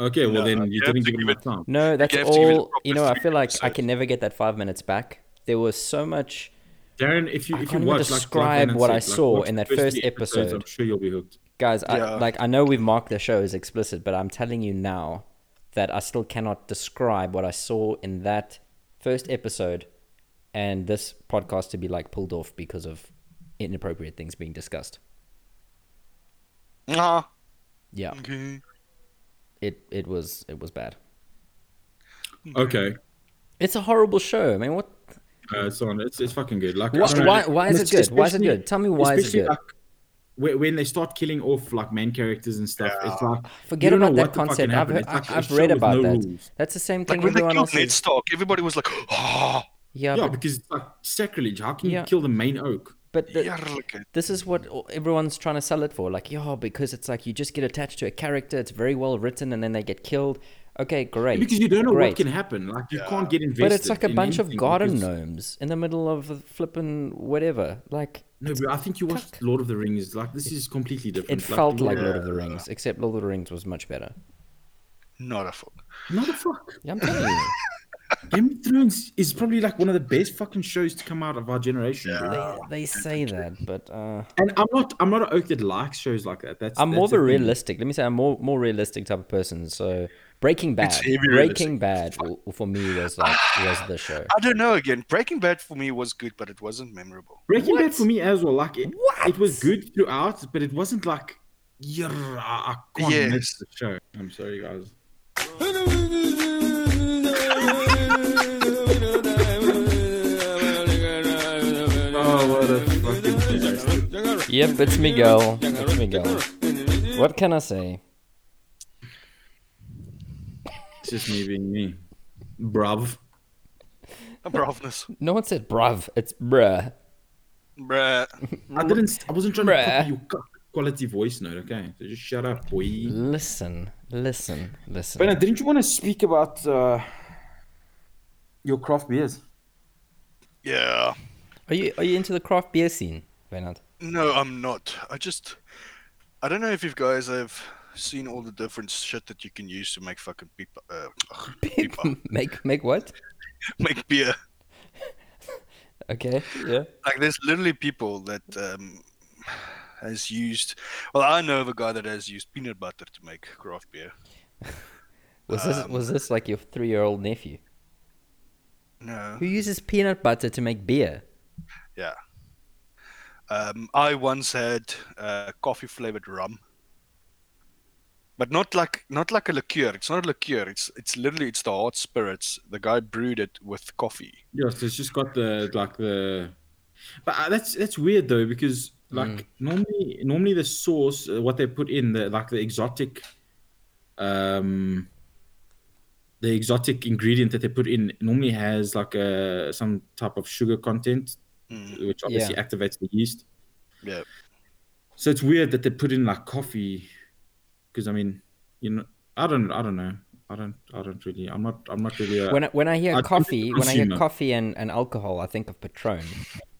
[SPEAKER 4] Okay, well
[SPEAKER 3] No,
[SPEAKER 4] then you
[SPEAKER 3] you have
[SPEAKER 4] didn't
[SPEAKER 3] to
[SPEAKER 4] give it
[SPEAKER 3] give
[SPEAKER 4] enough
[SPEAKER 3] it-
[SPEAKER 4] time.
[SPEAKER 2] No, that's
[SPEAKER 3] have to give it a
[SPEAKER 2] all. You
[SPEAKER 3] proper
[SPEAKER 2] know, I
[SPEAKER 3] three
[SPEAKER 2] feel like I
[SPEAKER 3] episodes.
[SPEAKER 2] can never get that five minutes back. There was so much.
[SPEAKER 4] Darren, if you
[SPEAKER 2] I
[SPEAKER 4] if you
[SPEAKER 2] can't even
[SPEAKER 4] watch, like-
[SPEAKER 2] describe
[SPEAKER 4] like Lennon
[SPEAKER 2] what I
[SPEAKER 4] said, like,
[SPEAKER 2] saw
[SPEAKER 4] watch
[SPEAKER 2] in that
[SPEAKER 4] the
[SPEAKER 2] first
[SPEAKER 4] three episodes,
[SPEAKER 2] episode.
[SPEAKER 4] I'm sure you'll be hooked.
[SPEAKER 2] Guys, I,
[SPEAKER 3] Yeah.
[SPEAKER 2] like, I know we've marked the show as explicit, but I'm telling you now that I still cannot describe what I saw in that first episode and this podcast to be like pulled off because of inappropriate things being discussed.
[SPEAKER 3] Nah.
[SPEAKER 2] Yeah,
[SPEAKER 4] Mm.
[SPEAKER 3] Okay.
[SPEAKER 2] it, it was it was bad.
[SPEAKER 4] Okay,
[SPEAKER 2] It's a horrible show. I mean, what?
[SPEAKER 4] uh, it's on. It's it's fucking good. Like I
[SPEAKER 2] Why-
[SPEAKER 4] don't know,
[SPEAKER 2] why- why is
[SPEAKER 4] and
[SPEAKER 2] it good? Why is it
[SPEAKER 4] especially-
[SPEAKER 2] good? Tell me why is it
[SPEAKER 4] especially,
[SPEAKER 2] good?
[SPEAKER 4] Like, whe- when they start killing off like main characters and stuff, it's like
[SPEAKER 2] Forget
[SPEAKER 4] you don't
[SPEAKER 2] about
[SPEAKER 4] know
[SPEAKER 2] that
[SPEAKER 4] what the fuck can
[SPEAKER 2] concept. I've,
[SPEAKER 4] happen.
[SPEAKER 2] heard,
[SPEAKER 4] It's like a
[SPEAKER 2] I've
[SPEAKER 4] show
[SPEAKER 2] read
[SPEAKER 4] with
[SPEAKER 2] about
[SPEAKER 4] no
[SPEAKER 2] that.
[SPEAKER 4] rules.
[SPEAKER 2] That's the same thing
[SPEAKER 3] Like when they
[SPEAKER 2] everyone else.
[SPEAKER 3] killed Ned
[SPEAKER 2] says.
[SPEAKER 3] Stark, everybody was like, "Oh,
[SPEAKER 2] Yeah,
[SPEAKER 4] Yeah,
[SPEAKER 2] but,
[SPEAKER 4] because it's like sacrilege. How can
[SPEAKER 2] Yeah.
[SPEAKER 4] you kill the main oak?
[SPEAKER 2] but the,
[SPEAKER 3] yeah, look at
[SPEAKER 2] this is what all- everyone's trying to sell it for. Like, yeah, because it's like you just get attached to a character. It's very well written, and then they get killed. Okay, great.
[SPEAKER 4] Because you don't know
[SPEAKER 2] great.
[SPEAKER 4] what can happen. Like you
[SPEAKER 3] Yeah.
[SPEAKER 4] can't get invested.
[SPEAKER 2] But it's like a
[SPEAKER 4] in
[SPEAKER 2] bunch of
[SPEAKER 4] anything
[SPEAKER 2] garden
[SPEAKER 4] because-
[SPEAKER 2] gnomes in the middle of the flippin' whatever. Like,
[SPEAKER 4] No, bro, I think you watched Lord of the Rings. Like this is completely
[SPEAKER 2] it
[SPEAKER 4] different.
[SPEAKER 2] felt
[SPEAKER 4] the-
[SPEAKER 2] like Lord of the Rings, except Lord of the Rings was much better.
[SPEAKER 3] Not a fuck.
[SPEAKER 4] Not a fuck.
[SPEAKER 2] Yeah, I'm telling you.
[SPEAKER 4] [LAUGHS] Game of Thrones is probably like one of the best fucking shows to come out of our generation. bro.
[SPEAKER 2] They, they say that, but uh,
[SPEAKER 4] And I'm not I'm not an oak that likes shows like that. That's
[SPEAKER 2] I'm more
[SPEAKER 4] that's the
[SPEAKER 2] of a
[SPEAKER 4] thing.
[SPEAKER 2] realistic. Let me say I'm more more realistic type of person. So Breaking Bad,
[SPEAKER 3] heavy
[SPEAKER 2] Breaking Bad w- for me was like was the
[SPEAKER 4] [LAUGHS]
[SPEAKER 2] show.
[SPEAKER 3] I don't know. Again, Breaking Bad for me was good, but it wasn't memorable.
[SPEAKER 4] Breaking Bad for me as well. Like it, it was good throughout, but it wasn't like yeah, I can't miss
[SPEAKER 3] Yes.
[SPEAKER 4] the show. I'm sorry, guys. Oh, what a fucking disaster.
[SPEAKER 2] Yep, it's Miguel. It's Miguel. What can I say?
[SPEAKER 4] It's just me being me, bruv.
[SPEAKER 3] Bravness.
[SPEAKER 2] No one said bruv. It's bruh.
[SPEAKER 3] Bruh.
[SPEAKER 4] I didn't. I wasn't trying to
[SPEAKER 2] Bruh.
[SPEAKER 4] copy your cu- quality voice note. Okay, so just shut up, boy.
[SPEAKER 2] Listen, listen, listen.
[SPEAKER 4] But didn't you want to speak about uh, your craft beers?
[SPEAKER 3] Yeah.
[SPEAKER 2] Are you are you into the craft beer scene, [LAUGHS] Bernard?
[SPEAKER 3] No, I'm not. I just. I don't know if you guys have seen all the different shit that you can use to make fucking peep, uh, ugh, [LAUGHS] peepa.
[SPEAKER 2] [LAUGHS] make make what?
[SPEAKER 3] make beer.
[SPEAKER 2] Okay, yeah.
[SPEAKER 3] like there's literally people that um has used well i know of a guy that has used peanut butter to make craft beer
[SPEAKER 2] Was this was this like your three year old nephew
[SPEAKER 3] no
[SPEAKER 2] who uses peanut butter to make beer?
[SPEAKER 3] yeah um i once had uh coffee flavored rum but not like not like a liqueur it's not a liqueur it's it's literally it's the hard spirits the guy brewed it with coffee
[SPEAKER 4] Yeah, so it's just got the like the, but uh, that's that's weird though because like normally normally the sauce uh, what they put in the like the exotic, um, the exotic ingredient that they put in normally has like a some type of sugar content, which obviously activates the yeast.
[SPEAKER 3] yeah
[SPEAKER 4] So it's weird that they put in like coffee, because I mean, you know, I don't I don't know. I don't I don't really I'm not I'm not really a,
[SPEAKER 2] When I, when I hear
[SPEAKER 4] I think it's
[SPEAKER 2] coffee, when I hear
[SPEAKER 4] consumer.
[SPEAKER 2] coffee and, and alcohol, I think of Patron,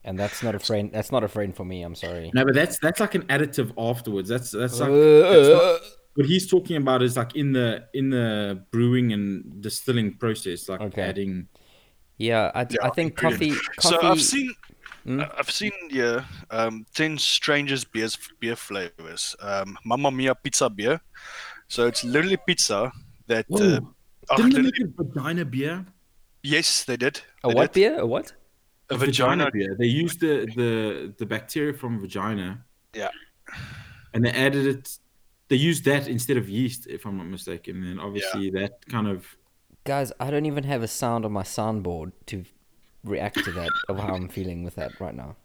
[SPEAKER 2] and that's not a friend. That's not a friend for me. I'm sorry.
[SPEAKER 4] No, but that's that's like an additive afterwards. That's that's like that's not-
[SPEAKER 2] Uh,
[SPEAKER 4] what he's talking about is like in the in the brewing and distilling process, like
[SPEAKER 2] Okay.
[SPEAKER 4] adding.
[SPEAKER 2] yeah, I, I think coffee. coffee Hmm?
[SPEAKER 3] so i've seen I- I've seen yeah, um, ten strangest beers beer flavors. Um, Mamma Mia pizza beer, so it's literally pizza that. Uh,
[SPEAKER 4] Whoa.
[SPEAKER 3] are
[SPEAKER 4] Didn't they
[SPEAKER 3] literally-
[SPEAKER 4] make a vagina beer?
[SPEAKER 3] yes, they did.
[SPEAKER 2] a
[SPEAKER 3] They
[SPEAKER 2] what
[SPEAKER 3] did.
[SPEAKER 2] beer? A what?
[SPEAKER 3] A vagina.
[SPEAKER 4] beer. They used the the the bacteria from vagina,
[SPEAKER 3] Yeah,
[SPEAKER 4] and they added it. They used that instead of yeast, if I'm not mistaken. And obviously that kind of
[SPEAKER 2] Guys, I don't even have a sound on my soundboard to react to that of how I'm feeling with that right now.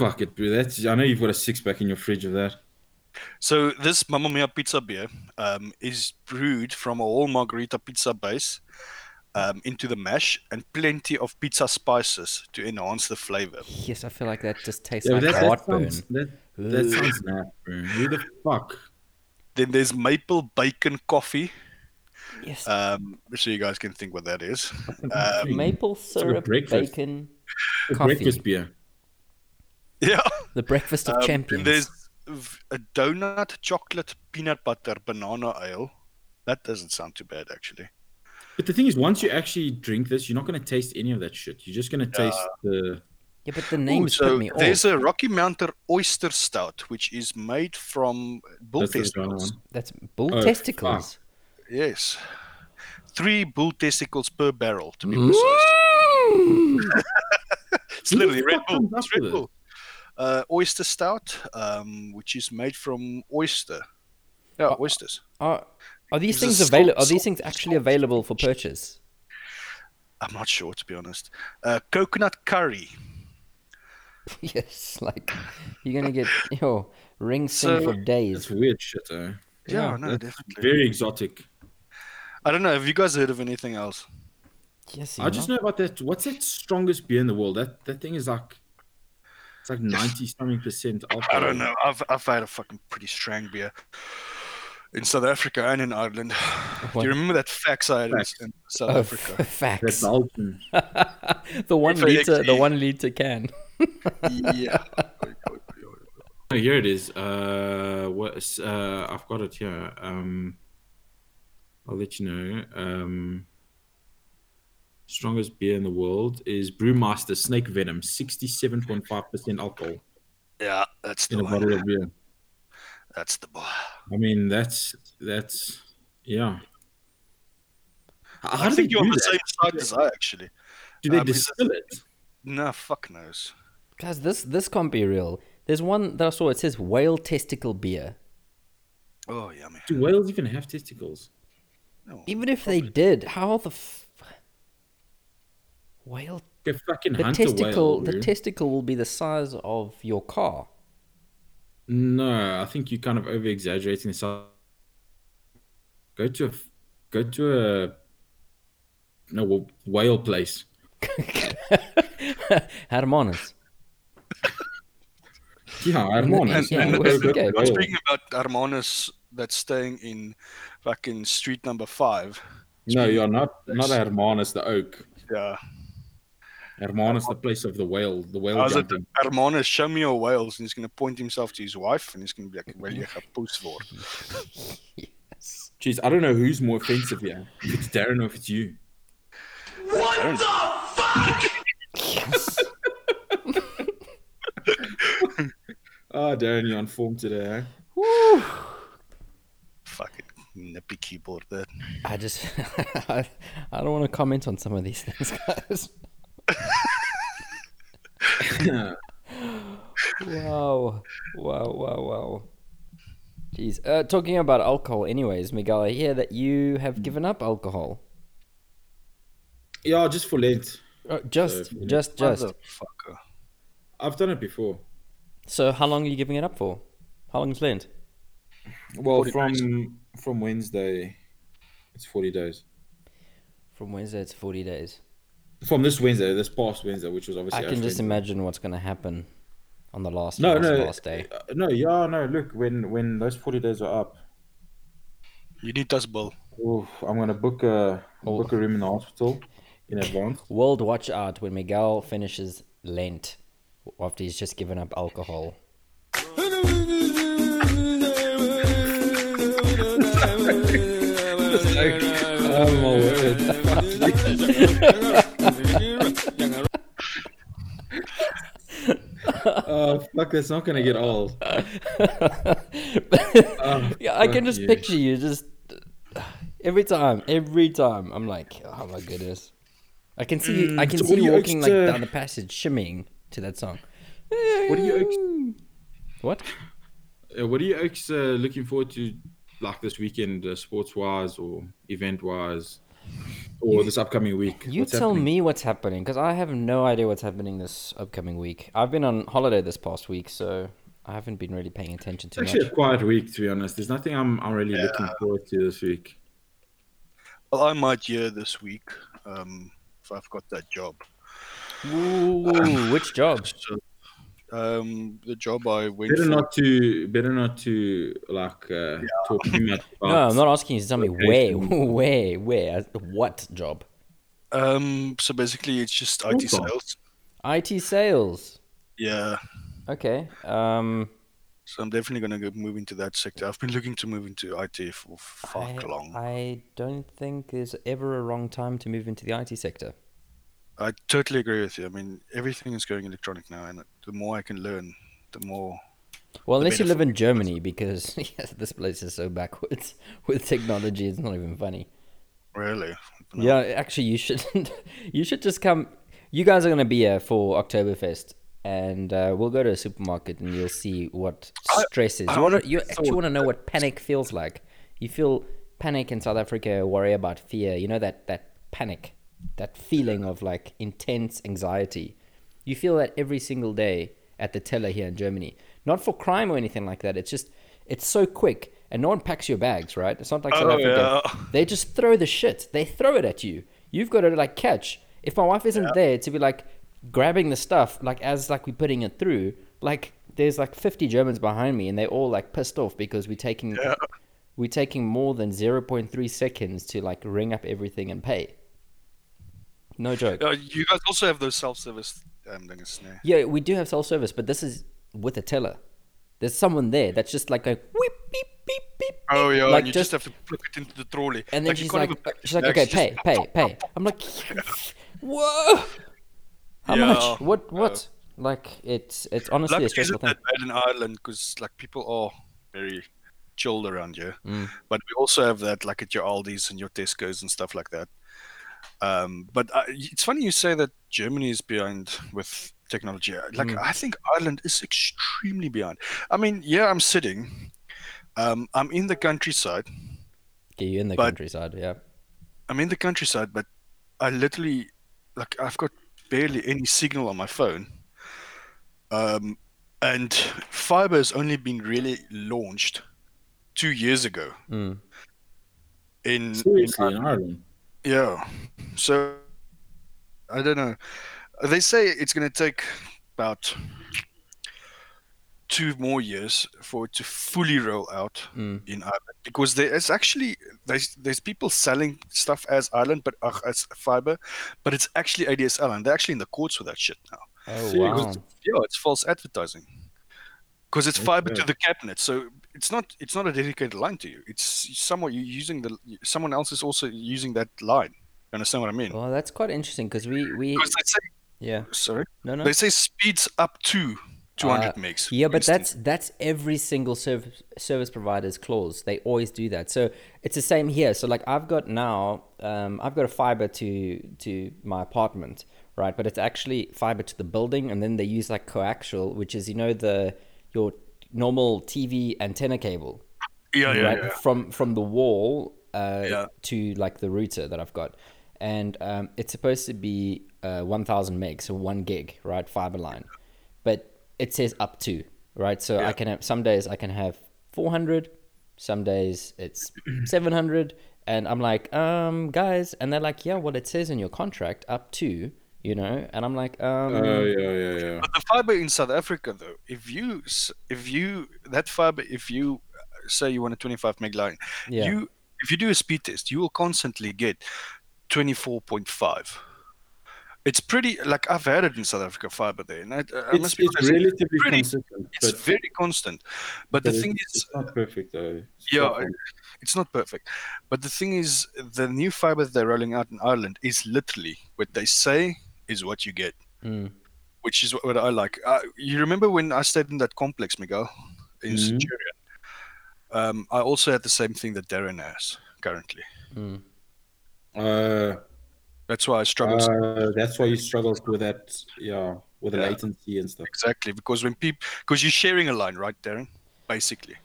[SPEAKER 4] fuck it, bro. That's I know you've got a six pack in your fridge of that.
[SPEAKER 3] So this Mamma Mia pizza beer um, is brewed from a whole margarita pizza base um, into the mash and plenty of pizza spices to enhance the flavor.
[SPEAKER 2] Yes, I feel like that just tastes
[SPEAKER 4] Yeah, but
[SPEAKER 2] like
[SPEAKER 4] that, that
[SPEAKER 2] heartburn.
[SPEAKER 4] sounds that, that sounds naff, bro. Who the fuck?
[SPEAKER 3] Then there's maple bacon coffee.
[SPEAKER 2] Yes,
[SPEAKER 3] Um, so you guys can think what that is. [LAUGHS]
[SPEAKER 2] maple syrup,
[SPEAKER 4] breakfast.
[SPEAKER 2] bacon,
[SPEAKER 4] Breakfast
[SPEAKER 2] coffee.
[SPEAKER 4] beer.
[SPEAKER 3] Yeah.
[SPEAKER 2] The breakfast of
[SPEAKER 3] Um,
[SPEAKER 2] champions.
[SPEAKER 3] There's v- a donut, chocolate, peanut butter, banana ale. That doesn't sound too bad, actually.
[SPEAKER 4] But the thing is, once you actually drink this, you're not going to taste any of that shit. You're just going to taste the.
[SPEAKER 2] Yeah, but the names
[SPEAKER 3] so
[SPEAKER 2] put me oh,
[SPEAKER 3] there's
[SPEAKER 2] off.
[SPEAKER 3] a Rocky Mountain oyster stout, which is made from bull
[SPEAKER 4] That's the
[SPEAKER 3] testicles.
[SPEAKER 4] one.
[SPEAKER 2] That's bull
[SPEAKER 4] Oh,
[SPEAKER 2] testicles.
[SPEAKER 3] Yes, three bull testicles per barrel, to
[SPEAKER 4] Mm.
[SPEAKER 3] be precise. It's
[SPEAKER 4] Who the
[SPEAKER 3] literally Red
[SPEAKER 4] fuck
[SPEAKER 3] Bull.
[SPEAKER 4] comes up
[SPEAKER 3] It's Red
[SPEAKER 4] with it?
[SPEAKER 3] Bull. Uh, oyster stout, um, which is made from oyster. Yeah,
[SPEAKER 4] Uh,
[SPEAKER 3] oysters.
[SPEAKER 2] Are, are these
[SPEAKER 3] There's
[SPEAKER 2] things
[SPEAKER 3] a salt-
[SPEAKER 2] available? Are these
[SPEAKER 3] salt-
[SPEAKER 2] things actually available for purchase?
[SPEAKER 3] I'm not sure, to be honest. Uh, coconut curry.
[SPEAKER 2] [LAUGHS] yes, like you're gonna get yo ring sing
[SPEAKER 3] So-
[SPEAKER 2] for
[SPEAKER 4] That's
[SPEAKER 2] days.
[SPEAKER 4] weird shit, eh?
[SPEAKER 3] Yeah, no,
[SPEAKER 4] that's
[SPEAKER 3] definitely.
[SPEAKER 4] Very exotic.
[SPEAKER 3] I don't know. Have you guys heard of anything else?
[SPEAKER 2] Yes,
[SPEAKER 4] I just know about that. What's that strongest beer in the world? That that thing is like, it's like ninety something percent alcohol.
[SPEAKER 3] I don't know. I've I've had a fucking pretty strong beer in South Africa and in Ireland. Do
[SPEAKER 2] What?
[SPEAKER 3] you remember that fax I had in-
[SPEAKER 4] Fax.
[SPEAKER 3] in South
[SPEAKER 2] Oh,
[SPEAKER 4] [LAUGHS]
[SPEAKER 3] Africa?
[SPEAKER 2] f- [LAUGHS] facts.
[SPEAKER 4] That's Alton.
[SPEAKER 2] the one
[SPEAKER 3] FAXE.
[SPEAKER 2] liter, the one liter can.
[SPEAKER 4] [LAUGHS]
[SPEAKER 3] yeah.
[SPEAKER 4] Oh, here it is. Uh, what's uh, I've got it here. Um, I'll let you know. Um, strongest beer in the world is Brewmaster Snake Venom, 67.5% alcohol
[SPEAKER 3] Yeah, that's
[SPEAKER 4] in
[SPEAKER 3] the
[SPEAKER 4] a bottle
[SPEAKER 3] one.
[SPEAKER 4] of beer.
[SPEAKER 3] That's the boy.
[SPEAKER 4] I mean, that's, that's, yeah. How
[SPEAKER 3] I
[SPEAKER 4] do
[SPEAKER 3] think
[SPEAKER 4] they
[SPEAKER 3] you're on
[SPEAKER 4] do
[SPEAKER 3] the
[SPEAKER 4] that?
[SPEAKER 3] same side as I actually.
[SPEAKER 4] Do they
[SPEAKER 3] um,
[SPEAKER 4] distill it?
[SPEAKER 3] Nah, fuck knows.
[SPEAKER 2] Guys, this this can't be real. There's one that I saw. It says whale testicle beer.
[SPEAKER 3] Oh yummy.
[SPEAKER 4] Do whales even have testicles?
[SPEAKER 2] Even if they did, how the f- whale?
[SPEAKER 4] They fucking
[SPEAKER 2] The
[SPEAKER 4] hunt
[SPEAKER 2] testicle.
[SPEAKER 4] a whale.
[SPEAKER 2] the
[SPEAKER 4] bro.
[SPEAKER 2] testicle will be the size of your car. [LAUGHS]
[SPEAKER 4] No, I think you're kind of over exaggerating this. Go to a, f- go to a no wh- whale place.
[SPEAKER 2] Hermanus.
[SPEAKER 4] Yeah, I don't
[SPEAKER 2] the-
[SPEAKER 4] know.
[SPEAKER 2] and-
[SPEAKER 4] yeah,
[SPEAKER 2] and
[SPEAKER 4] go
[SPEAKER 2] the-
[SPEAKER 4] go to
[SPEAKER 2] okay.
[SPEAKER 4] whale.
[SPEAKER 3] Speaking about Armanus that's staying in fucking street number five.
[SPEAKER 4] No, you're not not Hermanus the oak.
[SPEAKER 3] Yeah.
[SPEAKER 4] Hermanus the place of the whale. The whale
[SPEAKER 3] How's it
[SPEAKER 4] jumping.
[SPEAKER 3] Armanus, show me your whales and he's gonna point himself to his wife and he's gonna be like, Well you have post for.
[SPEAKER 4] Jeez, I don't know who's more offensive here. If it's Darren or if it's you. [LAUGHS]
[SPEAKER 2] [LAUGHS]
[SPEAKER 4] What the fuck? oh, Darren, you're on form today. Eh?
[SPEAKER 3] Fucking nippy keyboard there.
[SPEAKER 2] I just, [LAUGHS] I, I don't want to comment on some of these things, guys.
[SPEAKER 4] eh? [CLEARS THROAT]
[SPEAKER 2] [LAUGHS] wow, wow, wow, wow. Jeez. Uh, talking about alcohol, anyways, Miguel, I hear that you have given up alcohol.
[SPEAKER 4] Yeah, just for Lent.
[SPEAKER 2] Uh, just,
[SPEAKER 4] So-
[SPEAKER 2] just, just.
[SPEAKER 3] Motherfucker.
[SPEAKER 4] I've done it before.
[SPEAKER 2] So, how long are you giving it up for? How long is Lent?
[SPEAKER 4] Well, from from Wednesday, it's forty days.
[SPEAKER 2] From Wednesday, it's 40 days.
[SPEAKER 4] From this Wednesday, this past Wednesday, which was obviously
[SPEAKER 2] I can
[SPEAKER 4] Ash
[SPEAKER 2] just
[SPEAKER 4] Wednesday.
[SPEAKER 2] imagine what's going to happen on the last,
[SPEAKER 4] No,
[SPEAKER 2] last,
[SPEAKER 4] no,
[SPEAKER 2] last day.
[SPEAKER 4] uh, no, yeah, no. Look, when when those forty days are up,
[SPEAKER 3] You need us Bill.
[SPEAKER 4] oof, I'm gonna book a
[SPEAKER 2] Oh.
[SPEAKER 4] book a room in the hospital in advance.
[SPEAKER 2] World watch out when Miguel finishes Lent after he's just given up alcohol.
[SPEAKER 4] [LAUGHS] oh my [LAUGHS] word! Oh fuck, that's not gonna get old. Oh,
[SPEAKER 2] Yeah, I can
[SPEAKER 4] fuck
[SPEAKER 2] just
[SPEAKER 4] you.
[SPEAKER 2] picture you just every time, every time. I'm like, oh my goodness. I can see you, I can
[SPEAKER 4] Mm, so
[SPEAKER 2] see
[SPEAKER 4] what do
[SPEAKER 2] you
[SPEAKER 4] you
[SPEAKER 2] walking like
[SPEAKER 4] extra-
[SPEAKER 2] down the passage, shimmying to that song.
[SPEAKER 4] What do you? Ex-
[SPEAKER 2] What?
[SPEAKER 4] Uh, what are you ex, uh, looking forward to, like this weekend, uh, sports-wise or event-wise, or this upcoming week?
[SPEAKER 2] You
[SPEAKER 4] What's
[SPEAKER 2] tell
[SPEAKER 4] happening?
[SPEAKER 2] me what's happening because I have no idea what's happening this upcoming week. I've been on holiday this past week, so I haven't been really paying attention too
[SPEAKER 4] It's actually
[SPEAKER 2] much.
[SPEAKER 4] a quiet week, to be honest. There's nothing I'm I'm really looking forward to this week.
[SPEAKER 3] Well, I might hear this week, um, if I've got that job.
[SPEAKER 4] [LAUGHS]
[SPEAKER 2] Ooh, which job?
[SPEAKER 3] So, um, the job I went
[SPEAKER 4] Better
[SPEAKER 3] for-
[SPEAKER 4] not to, better not to like uh, talk too much. About,
[SPEAKER 2] [LAUGHS] No, I'm not asking you to tell me where, [LAUGHS]
[SPEAKER 4] Location.
[SPEAKER 2] where, where, what job?
[SPEAKER 3] Um, so basically, it's just IT
[SPEAKER 4] Awesome.
[SPEAKER 3] sales.
[SPEAKER 2] IT sales.
[SPEAKER 3] Yeah.
[SPEAKER 2] Okay. Um,
[SPEAKER 3] So I'm definitely gonna go move into that sector. I've been looking to move into IT for fuck
[SPEAKER 2] I,
[SPEAKER 3] long.
[SPEAKER 2] I don't think there's ever a wrong time to move into the IT sector.
[SPEAKER 3] I totally agree with you. I mean, everything is going electronic now, and the more I can learn, the more.
[SPEAKER 2] Well, unless you live
[SPEAKER 3] benefit-
[SPEAKER 2] in Germany, because [LAUGHS] yes, this place is so backwards [LAUGHS] with technology, it's not even funny.
[SPEAKER 3] Really.
[SPEAKER 2] Yeah, actually, you should [LAUGHS] you should just come. You guys are gonna be here for Oktoberfest, and uh, we'll go to a supermarket, and you'll see what stress is. You, wanna, you actually want to know what panic feels like. You feel panic in South Africa, worry about fear. You know that that panic, that feeling of like intense anxiety. You feel that every single day at the teller here in Germany. Not for crime or anything like that. It's just it's so quick, and no one packs your bags, right? It's not like South
[SPEAKER 3] Oh,
[SPEAKER 2] Africa.
[SPEAKER 3] yeah.
[SPEAKER 2] They just throw the shit. They throw it at you. You've got to like catch. If my wife isn't there to be like grabbing the stuff, like as like we're putting it through, like there's like 50 Germans behind me, and they're all like pissed off because we're taking we're taking more than 0.3 seconds to like ring up everything and pay. No joke.
[SPEAKER 3] Uh, you guys also have those self-service um, things, yeah.
[SPEAKER 2] Yeah, we do have self service, but this is with a teller. There's someone there that's just like a whip beep beep beep beep.
[SPEAKER 3] Oh yeah,
[SPEAKER 2] Like,
[SPEAKER 3] and you
[SPEAKER 2] just-
[SPEAKER 3] just, have to put it into the trolley.
[SPEAKER 2] And then
[SPEAKER 3] you
[SPEAKER 2] she's
[SPEAKER 3] can't
[SPEAKER 2] like,
[SPEAKER 3] have a-
[SPEAKER 2] she's like,
[SPEAKER 3] no,
[SPEAKER 2] okay,
[SPEAKER 3] she
[SPEAKER 2] pay,
[SPEAKER 3] just-
[SPEAKER 2] pay, pay. I'm like, [LAUGHS] whoa. How much?
[SPEAKER 3] Yeah.
[SPEAKER 2] What? What? Like it's it's honestly
[SPEAKER 3] Luckily,
[SPEAKER 2] a
[SPEAKER 3] it isn't
[SPEAKER 2] stressful thing.
[SPEAKER 3] that bad in Ireland because like people are very chilled around here.
[SPEAKER 2] Mm.
[SPEAKER 3] But we also have that like at your Aldi's and your Tesco's and stuff like that. Um, but uh, it's funny you say that Germany is behind with technology. Like
[SPEAKER 2] Mm.
[SPEAKER 3] I think Ireland is extremely behind. I mean, yeah, I'm sitting. Um, I'm in the countryside.
[SPEAKER 2] Get you in the
[SPEAKER 3] but-
[SPEAKER 2] countryside, yeah.
[SPEAKER 3] I'm in the countryside, but I literally like I've got barely any signal on my phone. Um, and fiber has only been really launched two years ago.
[SPEAKER 2] Mm.
[SPEAKER 3] In, in
[SPEAKER 4] Seriously, in Ireland.
[SPEAKER 3] yeah, so I don't know. They say it's going to take about two more years for it to fully roll out
[SPEAKER 2] Mm.
[SPEAKER 3] in Ireland because there is actually there's there's people selling stuff as Ireland but uh, as fiber, but it's actually ADSL and they're actually in the courts for that shit now. [LAUGHS]
[SPEAKER 2] Oh
[SPEAKER 4] Seriously.
[SPEAKER 2] wow.
[SPEAKER 3] Yeah, it's false advertising because it's fiber to
[SPEAKER 4] Okay.
[SPEAKER 3] the cabinet, so it's not it's not a dedicated line to you. It's someone you're using the someone else is also using that line. You understand what I mean?
[SPEAKER 2] Well, that's quite interesting because we we
[SPEAKER 3] 'Cause they say
[SPEAKER 2] yeah
[SPEAKER 3] sorry,
[SPEAKER 2] no no
[SPEAKER 3] they say speeds up to 200
[SPEAKER 2] Uh,
[SPEAKER 3] megs.
[SPEAKER 2] Yeah,
[SPEAKER 3] for
[SPEAKER 2] but
[SPEAKER 3] instance.
[SPEAKER 2] that's that's every single service service provider's clause. They always do that. So it's the same here. So like I've got now, um, I've got a fiber to to my apartment, right? But it's actually fiber to the building, and then they use like coaxial, which is you know the your normal TV antenna cable
[SPEAKER 3] yeah Oh, yeah
[SPEAKER 2] right
[SPEAKER 3] yeah.
[SPEAKER 2] from from the wall uh,
[SPEAKER 3] Yeah.
[SPEAKER 2] to like the router that I've got, and um, it's supposed to be uh, one thousand meg, so one gig, right, fiber line, but it says up to, right, so I can have some days I can have four hundred, some days
[SPEAKER 3] [CLEARS THROAT]
[SPEAKER 2] it's seven hundred, and I'm like, um, guys, and they're like, yeah, well, it says in your contract up to, you know, and I'm like, um,
[SPEAKER 4] Oh yeah, yeah, yeah.
[SPEAKER 3] But the fiber in South Africa, though, if you s- if you that fiber, if you uh, say you want a 25 meg line,
[SPEAKER 2] Yeah.
[SPEAKER 3] you if you do a speed test, you will constantly get 24.5. It's pretty like I've had it in South Africa fiber there, and I, I
[SPEAKER 4] It's,
[SPEAKER 3] must be
[SPEAKER 4] it's
[SPEAKER 3] honest,
[SPEAKER 4] relatively
[SPEAKER 3] pretty-
[SPEAKER 4] consistent,
[SPEAKER 3] it's
[SPEAKER 4] but
[SPEAKER 3] very constant. But the
[SPEAKER 4] but
[SPEAKER 3] thing
[SPEAKER 4] it's,
[SPEAKER 3] is,
[SPEAKER 4] it's not perfect though. It's
[SPEAKER 3] Yeah,
[SPEAKER 4] not
[SPEAKER 3] I-
[SPEAKER 4] perfect.
[SPEAKER 3] it's not perfect. But the thing is, the new fiber that they're rolling out in Ireland is literally what they say is what you get,
[SPEAKER 2] Mm.
[SPEAKER 3] which is what, what I like. Uh, you remember when I stayed in that complex, Miguel, in
[SPEAKER 4] Mhm.
[SPEAKER 3] Centurion? Um, I also had the same thing that Darren has currently.
[SPEAKER 2] mm,
[SPEAKER 4] uh,
[SPEAKER 3] That's why I struggle. so
[SPEAKER 4] uh, that's why you struggled with that. Yeah, with the
[SPEAKER 3] Yeah.
[SPEAKER 4] latency and stuff.
[SPEAKER 3] Exactly, because when people, because you're sharing a line, right, Darren? Basically.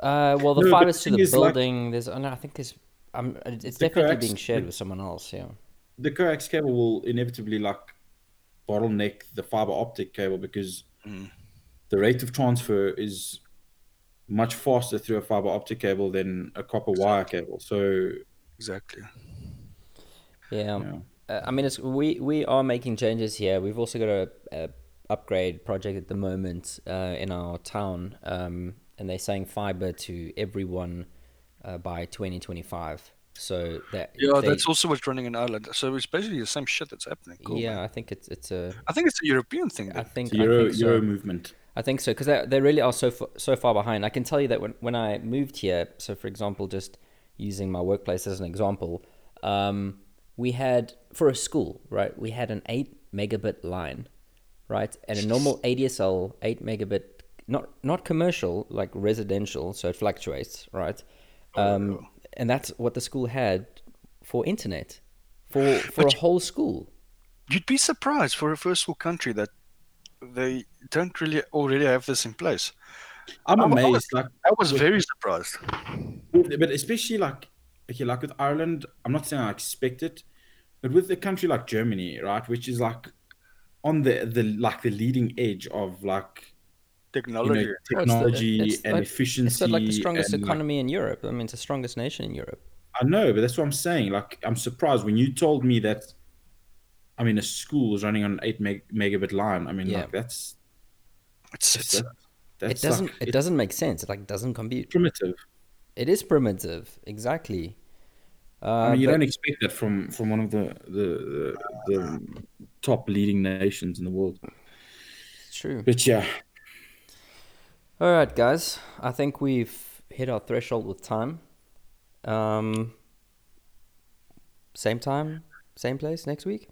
[SPEAKER 2] Uh, well, the
[SPEAKER 4] No, but
[SPEAKER 2] fibers
[SPEAKER 4] the
[SPEAKER 2] to
[SPEAKER 4] thing
[SPEAKER 2] the
[SPEAKER 4] is, like-
[SPEAKER 2] building. there's, oh, I, know, I think there's, um, it's
[SPEAKER 4] The
[SPEAKER 2] definitely
[SPEAKER 4] coax-
[SPEAKER 2] being shared
[SPEAKER 4] the-
[SPEAKER 2] with someone else. Yeah.
[SPEAKER 4] The coax cable will inevitably like bottleneck the fiber optic cable because
[SPEAKER 3] Mm.
[SPEAKER 4] the rate of transfer is much faster through a fiber optic cable than a copper wire cable. So
[SPEAKER 3] Exactly.
[SPEAKER 2] Yeah.
[SPEAKER 4] Yeah.
[SPEAKER 2] Uh, I mean, it's, we we are making changes here. We've also got a, a upgrade project at the moment uh, in our town, um, and they're saying fiber to everyone uh, by 2025. So that
[SPEAKER 3] Yeah,
[SPEAKER 2] they-
[SPEAKER 3] that's also what's running in Ireland. So it's basically the same shit that's happening. Cool,
[SPEAKER 2] yeah.
[SPEAKER 3] man.
[SPEAKER 2] I think it's it's a.
[SPEAKER 3] I think it's a European thing.
[SPEAKER 2] I
[SPEAKER 3] Then.
[SPEAKER 2] think,
[SPEAKER 4] it's Euro
[SPEAKER 2] I think so.
[SPEAKER 4] Euro movement.
[SPEAKER 2] I think so because they, they really are so fa- so far behind. I can tell you that when, when I moved here, so for example, just using my workplace as an example, um, we had for a school right, we had an eight megabit line, right, and a normal ADSL eight megabit, not not commercial like residential, so it fluctuates, right, um, and that's what the school had for internet, for for a whole school.
[SPEAKER 3] You'd be surprised for a first world country that they don't really already have this in place.
[SPEAKER 4] I'm
[SPEAKER 3] I wa- I
[SPEAKER 4] amazed.
[SPEAKER 3] was-
[SPEAKER 4] like
[SPEAKER 3] I was very surprised.
[SPEAKER 4] with- but especially like okay, like with Ireland, I'm not saying I expect it, but with a country like Germany, right, which is like on the the like the leading edge of like you know,
[SPEAKER 3] Technology.
[SPEAKER 2] Well, it's the-
[SPEAKER 4] technology
[SPEAKER 2] it's
[SPEAKER 4] and
[SPEAKER 2] like-
[SPEAKER 4] efficiency.
[SPEAKER 2] It's like the strongest
[SPEAKER 4] and, like,
[SPEAKER 2] economy in Europe. I mean, it's the strongest nation in Europe.
[SPEAKER 4] I know, but that's what I'm saying. Like I'm surprised when you told me that. I mean, a school is running on an eight meg- megabit line. I mean,
[SPEAKER 2] Yeah.
[SPEAKER 4] like that's
[SPEAKER 3] It's, it's,
[SPEAKER 4] that's
[SPEAKER 2] it doesn't.
[SPEAKER 4] like,
[SPEAKER 2] it
[SPEAKER 4] it's
[SPEAKER 2] doesn't make sense. It like doesn't compute.
[SPEAKER 4] primitive.
[SPEAKER 2] It is primitive. Exactly. Uh,
[SPEAKER 4] I mean, you
[SPEAKER 2] but-
[SPEAKER 4] don't expect that from from one of the the, the, the top leading nations in the world.
[SPEAKER 2] It's true.
[SPEAKER 4] But yeah,
[SPEAKER 2] All right, guys. I think we've hit our threshold with time. Um, same time, same place next week.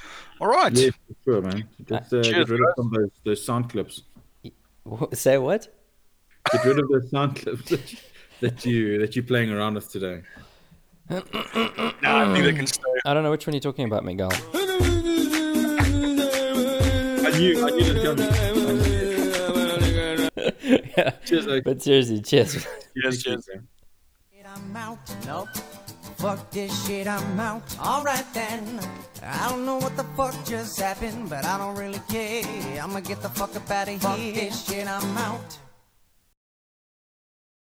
[SPEAKER 2] [LAUGHS]
[SPEAKER 3] All right.
[SPEAKER 4] Yeah, for sure, man. Just uh,
[SPEAKER 3] Cheers,
[SPEAKER 4] get rid of some of those, those sound clips.
[SPEAKER 2] Wha- Say what?
[SPEAKER 4] Get rid of those sound clips that you, that you that you're playing around with today.
[SPEAKER 3] Nah, I think they can stay.
[SPEAKER 2] I don't know which one you're talking about, Miguel.
[SPEAKER 4] I knew I knew that coming.
[SPEAKER 2] [LAUGHS] yeah.
[SPEAKER 4] Cheers, Oak.
[SPEAKER 2] But seriously, cheers.
[SPEAKER 3] Yes, yes.
[SPEAKER 1] shit, I'm out. Nope. Fuck this shit, I'm out. Alright then. I don't know what the fuck just happened, but I don't really care. I'ma get the fuck up out of here. Fuck this shit, I'm out.